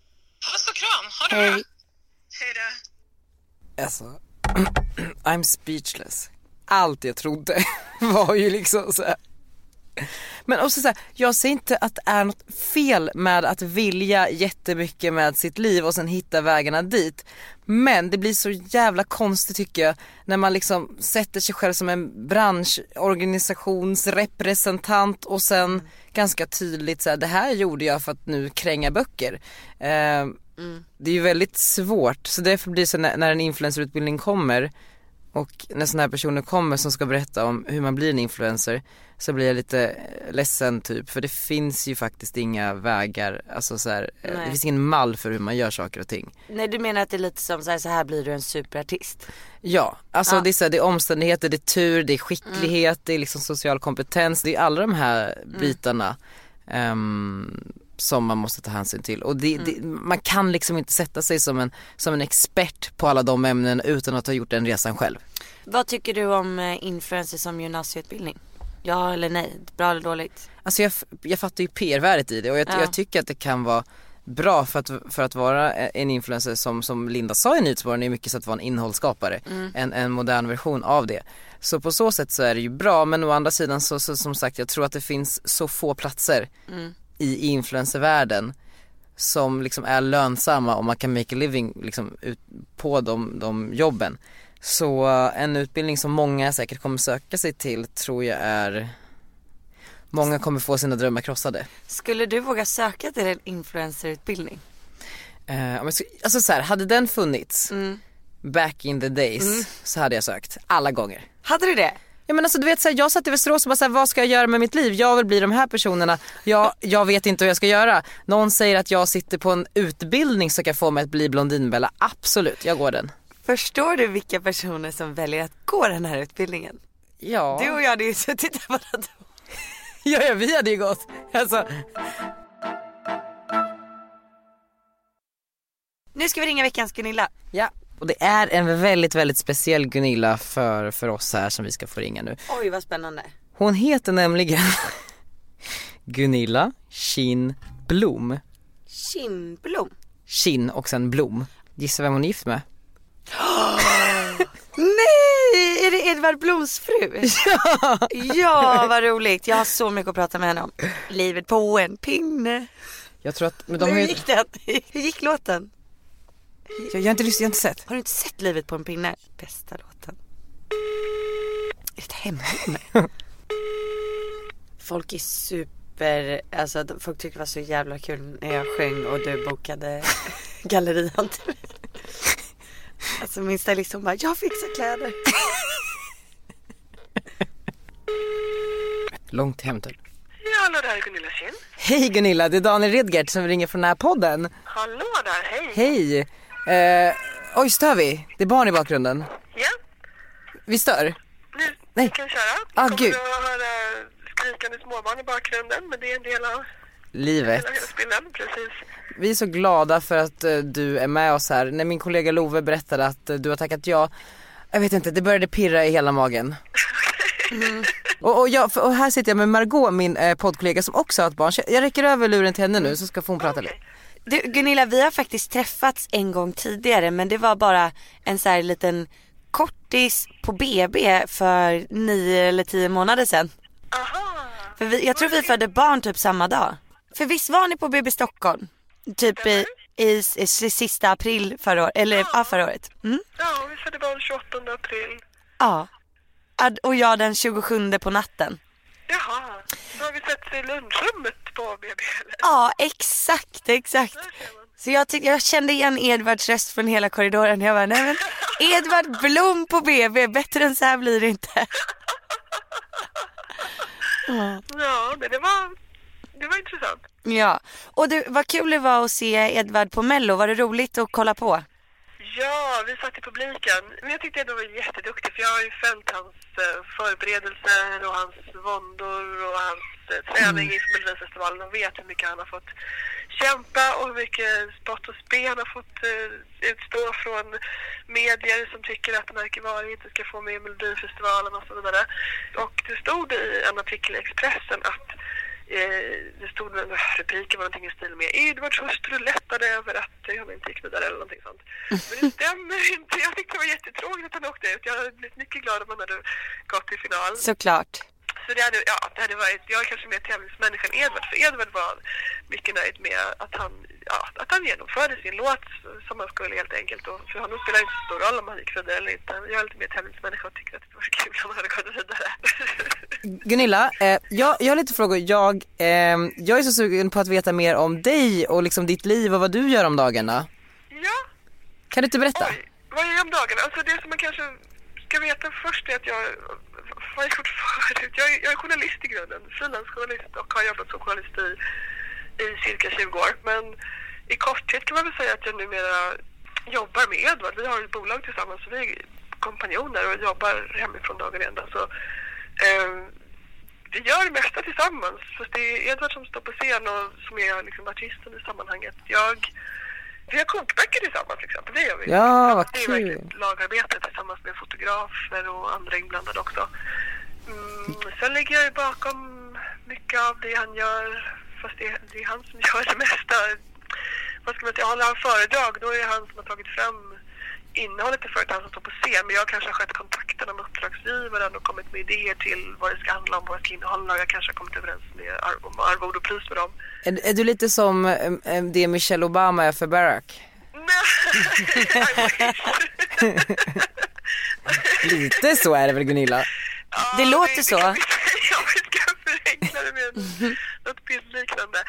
Speaker 6: Puss och kram. Ha det bra.
Speaker 2: Hej.
Speaker 6: Hej då.
Speaker 3: Alltså, I'm speechless. Allt jag trodde var ju liksom så här. Men också så här, jag säger inte att det är något fel med att vilja jättemycket med sitt liv och sen hitta vägarna dit. Men det blir så jävla konstigt tycker jag när man liksom sätter sig själv som en branschorganisationsrepresentant och sen ganska tydligt så här, det här gjorde jag för att nu kränga böcker. Eh, Det är ju väldigt svårt så därför blir det så när, när en influencerutbildning kommer och när sådana här personer kommer som ska berätta om hur man blir en influencer så blir jag lite eh, ledsen typ för det finns ju faktiskt inga vägar, alltså så här, eh, det
Speaker 2: Nej.
Speaker 3: finns ingen mall för hur man gör saker och ting.
Speaker 2: Nej, du menar att det är lite som så här, så här blir du en superartist.
Speaker 3: Ja, alltså
Speaker 2: Ja. Mm.
Speaker 3: Det, är så här, det är omständigheter, det är tur, det är skicklighet, det är liksom social kompetens, det är alla de här bitarna ehm, som man måste ta hänsyn till. Och
Speaker 2: Mm.
Speaker 3: det, det, man kan liksom inte sätta sig som en, som en expert på alla de ämnena utan att ha gjort den resan själv.
Speaker 2: Vad tycker du om eh, influencer som gymnasieutbildning? Ja eller nej? Bra eller dåligt?
Speaker 3: Alltså jag, f- jag fattar ju PR-värdet i det och jag,
Speaker 2: Ja.
Speaker 3: jag tycker att det kan vara bra för att, för att vara e, en influencer som, som Linda sa i Nyhetsmorgon är mycket så att vara en innehållsskapare. En, en modern version av det. Så på så sätt så är det ju bra men å andra sidan så, så som sagt jag tror att det finns så få platser i influencervärlden som liksom är lönsamma och man kan make a living liksom ut, på de, de jobben. Så eh, en utbildning som många säkert kommer söka sig till tror jag är Många kommer få sina drömmar krossade.
Speaker 2: Skulle du våga söka till en influencerutbildning?
Speaker 3: Eh, om jag ska- alltså så här, hade den funnits back in the days så hade jag sökt alla gånger.
Speaker 2: Hade du det?
Speaker 3: Ja men alltså du vet så här, jag satt i Västerås och bara så här, vad ska jag göra med mitt liv? Jag vill bli de här personerna. Jag, jag vet inte hur jag ska göra. Någon säger att jag sitter på en utbildning som kan få mig att bli Blondinbella. Absolut, jag går den.
Speaker 2: Förstår du vilka personer som väljer att gå den här utbildningen?
Speaker 3: Ja,
Speaker 2: Du och jag hade ju suttit där båda två.
Speaker 3: ja, ja vi hade ju gått. Alltså,
Speaker 2: Nu ska vi ringa veckans Gunilla.
Speaker 3: ja. Och det är en väldigt, väldigt speciell Gunilla för, för oss här som vi ska få ringa nu.
Speaker 2: Oj vad spännande.
Speaker 3: Hon heter nämligen Gunilla Kin Blom.
Speaker 2: Kindblom.
Speaker 3: Kin och sen Blom. Gissa vem hon är gift med?
Speaker 2: Nej! Är det Edvard Bloms fru? Ja! Ja vad roligt. Jag har så mycket att prata med henne om. Livet på en pinne.
Speaker 3: Jag tror att, men de
Speaker 2: Men
Speaker 3: har
Speaker 2: hur
Speaker 3: ju,
Speaker 2: gick den? Hur gick låten?
Speaker 3: jag, jag har inte lyssnat, jag har inte sett.
Speaker 2: Har du inte sett Livet på en pinne? Bästa låten. Är det ett hemnummer? Folk är super, alltså de- folk tyckte det var så jävla kul när jag sjöng och du bokade gallerian till mig. Alltså min stylist hon bara, jag fixar kläder.
Speaker 3: Långt hem typ.
Speaker 6: Ja, hallå där, Gunilla Kinn.
Speaker 3: Hej Gunilla, det är Daniel Redgert som ringer från den här podden.
Speaker 6: Hallå där, hej.
Speaker 3: Hej! Eh, oj, stör vi? Det är barn i bakgrunden.
Speaker 6: Ja,
Speaker 3: Vi stör?
Speaker 6: nu
Speaker 3: Nej.
Speaker 6: kan vi köra. Vi
Speaker 3: Ah,
Speaker 6: kommer
Speaker 3: gud.
Speaker 6: att höra skrikande småbarn i bakgrunden, men det är en del av
Speaker 3: Livet.
Speaker 6: hela hela spillen. Precis.
Speaker 3: Vi är så glada för att eh, du är med oss här. När min kollega Love berättade att eh, du har tackat ja, jag vet inte, det började pirra i hela magen. Och, och, jag, för- och här sitter jag med Margot, min eh, poddkollega som också har ett barn. Så jag räcker över luren till henne nu så ska få hon prata lite.
Speaker 2: Du Gunilla, vi har faktiskt träffats en gång tidigare men det var bara en så här liten kortis på BB för nio eller tio månader sedan.
Speaker 6: Aha.
Speaker 2: För vi, jag tror vi födde barn typ samma dag. För visst var ni på BB Stockholm? Typ i, i, s- i sista april förra året, eller ja. förra året. Mm.
Speaker 6: Ja, vi födde barn 28 april.
Speaker 2: Ja. Ad- Och jag den 27 på natten.
Speaker 6: Jaha, då har vi sett i lunchrummet på BB eller?
Speaker 2: Ja, exakt, exakt. Så jag, tyck- jag kände igen Edvards röst från hela korridoren. Jag bara, nej men Edvard Blom på BB, bättre än så här blir det inte.
Speaker 6: Ja, men det var, det var intressant.
Speaker 2: Ja, och du, vad kul det var att se Edvard på Mello. Var det roligt att kolla på?
Speaker 6: Ja, vi satt i publiken. Men jag tyckte ändå han var jätteduktig för jag har ju följt hans eh, förberedelser och hans våndor och hans eh, träning inför Melodifestivalen och vet hur mycket han har fått kämpa och hur mycket spott och spen har fått eh, utstå från medier som tycker att Nike Vari inte ska få med i Melodifestivalen och så vidare. Och det stod i en artikel i Expressen att eh, det stod en rubriken var någonting i stil med Edvards hustru lättade över att eh, hon inte gick vidare eller någonting sånt. Men det stämmer ju inte. Jag tyckte det var jättetråkigt att han åkte ut. Jag hade blivit mycket glad om han hade gått till final.
Speaker 2: Såklart.
Speaker 6: Så det hade, ja, det hade varit, jag är kanske mer tävlingsmänniska än Edvard, för Edvard var mycket nöjd med att han, ja, att han genomförde sin låt som han skulle helt enkelt. Och för honom spelar det inte så stor roll om han gick vidare eller inte. Jag är lite mer tävlingsmänniska och tyckte att det var kul om han hade gått vidare.
Speaker 3: Gunilla, eh, jag, jag har lite frågor. Jag, eh, jag är så sugen på att veta mer om dig och liksom ditt liv och vad du gör om dagarna.
Speaker 6: ja,
Speaker 3: Kan du inte berätta?
Speaker 6: Oj, vad gör jag om dagarna? Alltså det som man kanske ska veta först är att jag, vad har jag gjort förut? Jag är, jag är journalist i grunden, frilansjournalist och har jobbat som journalist i, i cirka 20 år. Men i korthet kan man väl säga att jag numera jobbar med Edvard. Vi har ett bolag tillsammans, vi är kompanjoner och jobbar hemifrån dagen ända. Så, eh, vi gör det mesta tillsammans. Fast det är Edvard som står på scen och som är liksom artisten i sammanhanget. Jag, vi har kokböcker tillsammans till exempel, det gör vi.
Speaker 3: Ja, vad
Speaker 6: Det är verkligen
Speaker 3: kul.
Speaker 6: lagarbete tillsammans med fotografer och andra inblandade också. Mm, sen ligger jag ju bakom mycket av det han gör, fast det, det är han som gör det mesta. Vad ska man säga, håller han föredrag då är det han som har tagit fram innehållet i företaget, han som står på scen. Men jag kanske har skött kontakterna med uppdragsgivaren och kommit med idéer till vad det ska handla om, vad det ska innehålla. Jag kanske har kommit överens med ar- om arvode och pris med dem.
Speaker 3: Är, är du lite som eh, eh, det Michelle Obama är för Barack? Lite så är det väl Gunilla?
Speaker 6: Ah,
Speaker 2: Det låter så.
Speaker 6: Jag ska förenkla det med något bildliknande.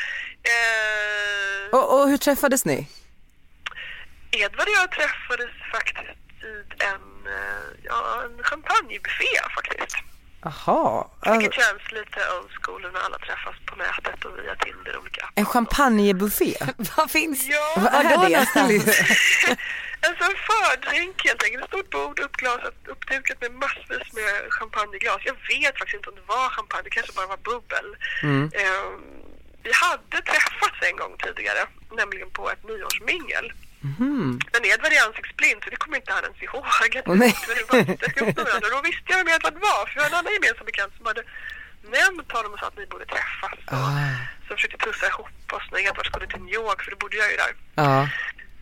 Speaker 6: Eh,
Speaker 3: Och, och hur träffades ni?
Speaker 6: Edvard och jag träffades faktiskt vid en, eh, ja, en champagnebuffé faktiskt.
Speaker 3: Jaha, alltså,
Speaker 6: Vilket känns lite old school när alla träffas på nätet och via Tinder och olika appar.
Speaker 3: en champagnebuffé?
Speaker 2: Vad finns?
Speaker 6: Ja,
Speaker 3: Vad är det?
Speaker 6: alltså en fördrink helt enkelt. Ett stort bord uppglasat, uppdukat med massvis med champagneglas. Jag vet faktiskt inte om det var champagne, det kanske bara var bubbel.
Speaker 3: Mm.
Speaker 6: Ehm, vi hade träffats en gång tidigare, nämligen på ett nyårsmingel. Men Edvard är ansiktsblind så det kommer inte han ens ihåg. Att
Speaker 3: Åh, Mhm. nej.
Speaker 6: vi var ihop med varandra. Då visste jag vem Edvard var, för jag hade en annan gemensam bekant som hade nämnt honom och sa att ni borde träffas. Och, Så
Speaker 3: Ah.
Speaker 6: jag försökte pussa ihop oss när Edvard skulle till New York, för då bodde jag ju där.
Speaker 3: Ja.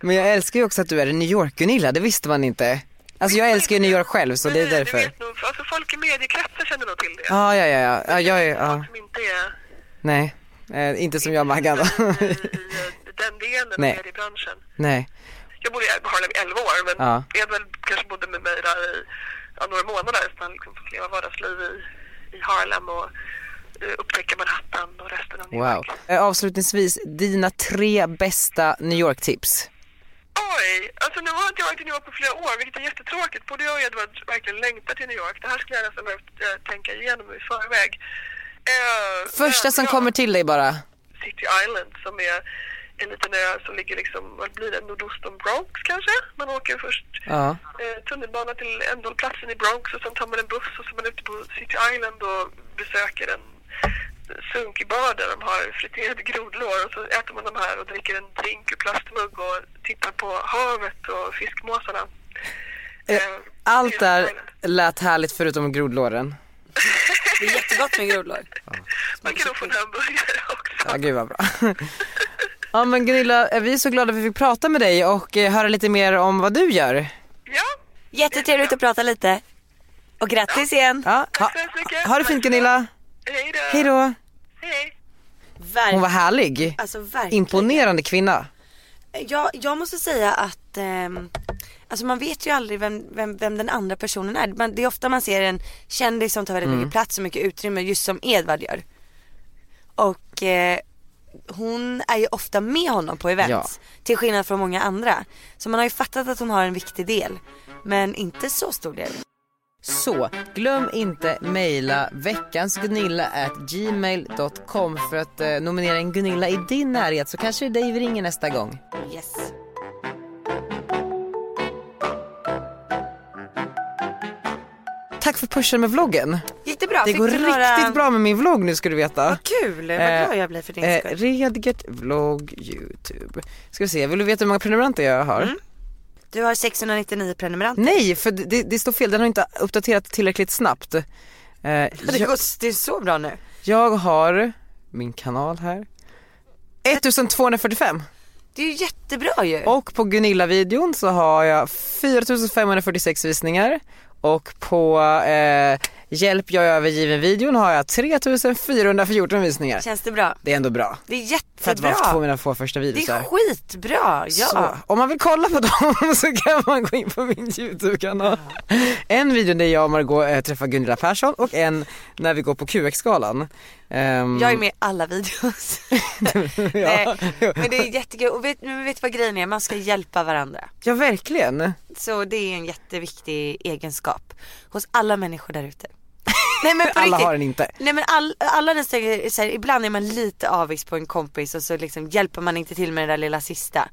Speaker 3: Men jag älskar ju också att du är i New York Gunilla, det visste man inte. Alltså jag älskar ju New York själv så det är
Speaker 6: Nej,
Speaker 3: därför.
Speaker 6: Du vet nog, alltså folk i mediekretsar känner nog till det.
Speaker 3: Ja, ja, ja, ja, ja, jag är, ja.
Speaker 6: Folk som inte är
Speaker 3: nej, eh, inte som jag Maggan då.
Speaker 6: i, i den delen
Speaker 3: Nej.
Speaker 6: av mediebranschen.
Speaker 3: Nej,
Speaker 6: Jag bodde i Harlem i 11 år, men
Speaker 3: Ja.
Speaker 6: Edvard kanske bodde med mig där i ja, några månader så han liksom fick leva vardagsliv i, i Harlem och eh, upptäcka Manhattan och resten av New
Speaker 3: wow.
Speaker 6: York.
Speaker 3: Eh, avslutningsvis, dina tre bästa New York tips.
Speaker 6: Oj, alltså nu har inte jag varit i New York på flera år, vilket är jättetråkigt. Både jag och Edvard verkligen längtar till New York. Det här skulle jag nästan behövt eh, tänka igenom i förväg. Eh,
Speaker 3: Första
Speaker 6: men,
Speaker 3: som
Speaker 6: ja. Eh,
Speaker 3: kommer till dig bara.
Speaker 6: City Island som är en liten ö som ligger liksom, vad blir det, nordost om Bronx kanske? Man åker först
Speaker 3: Ja.
Speaker 6: eh, tunnelbana till ändhållplatsen i Bronx och sen tar man en buss och så är man ute på City Island och besöker en sunkig bar där de har friterade grodlår och så äter man de här och dricker en drink ur plastmugg och tittar på havet och fiskmåsarna. Eh,
Speaker 3: Allt
Speaker 6: City
Speaker 3: där
Speaker 6: Island.
Speaker 3: lät härligt förutom grodlåren.
Speaker 2: Det är jättegott med grodlor.
Speaker 6: Man kan nog få en hamburgare också.
Speaker 3: Ja, gud vad bra. Ja men Gunilla, eh, vi är så glada att vi fick prata med dig och eh, höra lite mer om vad du gör.
Speaker 6: Ja,
Speaker 2: Jättetrevligt att prata lite. Och grattis igen.
Speaker 3: Ja, ha,
Speaker 6: så hemskt mycket.
Speaker 3: ha det fint Gunilla,
Speaker 6: hej då.
Speaker 3: hej då.
Speaker 6: Hej.
Speaker 3: Hon
Speaker 2: Verkligen.
Speaker 3: var härlig.
Speaker 2: Alltså verkligen.
Speaker 3: Imponerande kvinna.
Speaker 2: Jag, jag måste säga att ehm, alltså man vet ju aldrig vem, vem, vem den andra personen är. Man, det är ofta man ser en kändis som tar väldigt
Speaker 3: Mm.
Speaker 2: mycket plats och mycket utrymme just som Edvard gör. Och eh, hon är ju ofta med honom på events.
Speaker 3: Ja.
Speaker 2: Till skillnad från många andra. Så man har ju fattat att hon har en viktig del. Men inte så stor del.
Speaker 3: Så glöm inte mejla veckansgunilla@gmail.com för att eh, nominera en Gunilla i din närhet så kanske det är dig vi ringer nästa gång.
Speaker 2: Yes.
Speaker 3: Tack för pushen med vloggen.
Speaker 2: Ja, jättebra.
Speaker 3: Det
Speaker 2: Fick
Speaker 3: går
Speaker 2: du
Speaker 3: riktigt
Speaker 2: några-
Speaker 3: bra Eh, med min vlogg nu ska du veta. Vad
Speaker 2: kul, vad glad jag blir för din skull.
Speaker 3: Redgert vlogg YouTube. Ska vi se, vill du veta hur många prenumeranter jag
Speaker 6: Mm.
Speaker 3: har?
Speaker 2: Du har 699 prenumeranter.
Speaker 3: Nej, för det- det, det står fel, den har inte uppdaterat tillräckligt snabbt. Eh,
Speaker 2: Det,
Speaker 3: jag,
Speaker 2: går, det är så bra nu.
Speaker 3: jag har min kanal här. 1245.
Speaker 2: Det är ju jättebra ju.
Speaker 3: Och på Gunilla-videon så har jag 4546 visningar och på eh, Hjälp jag är övergiven-videon har jag 3414 visningar.
Speaker 2: Känns det bra?
Speaker 3: Det är ändå bra.
Speaker 2: Det är
Speaker 3: För att vara
Speaker 2: jättebra.
Speaker 3: två av mina få första
Speaker 2: Det
Speaker 3: videosar.
Speaker 2: är skitbra, ja.
Speaker 3: Så, om man vill kolla på dem så kan man gå in på min YouTube-kanal. En video där jag och Margot eh, träffar Gunilla Persson och en när vi går på QX-galan. Ehm,
Speaker 2: Jag är med i alla videos. Nej, men det är jättekul. Och vet, men vet du vad grejen är? Man ska hjälpa varandra.
Speaker 3: Ja, verkligen.
Speaker 2: Så det är en jätteviktig egenskap hos alla människor där ute. Nej men på
Speaker 3: Alla
Speaker 2: riktigt.
Speaker 3: har den inte.
Speaker 2: Nej men all, alla den säger så här, ibland är man lite avis på en kompis och så liksom hjälper man inte till med det där lilla sista.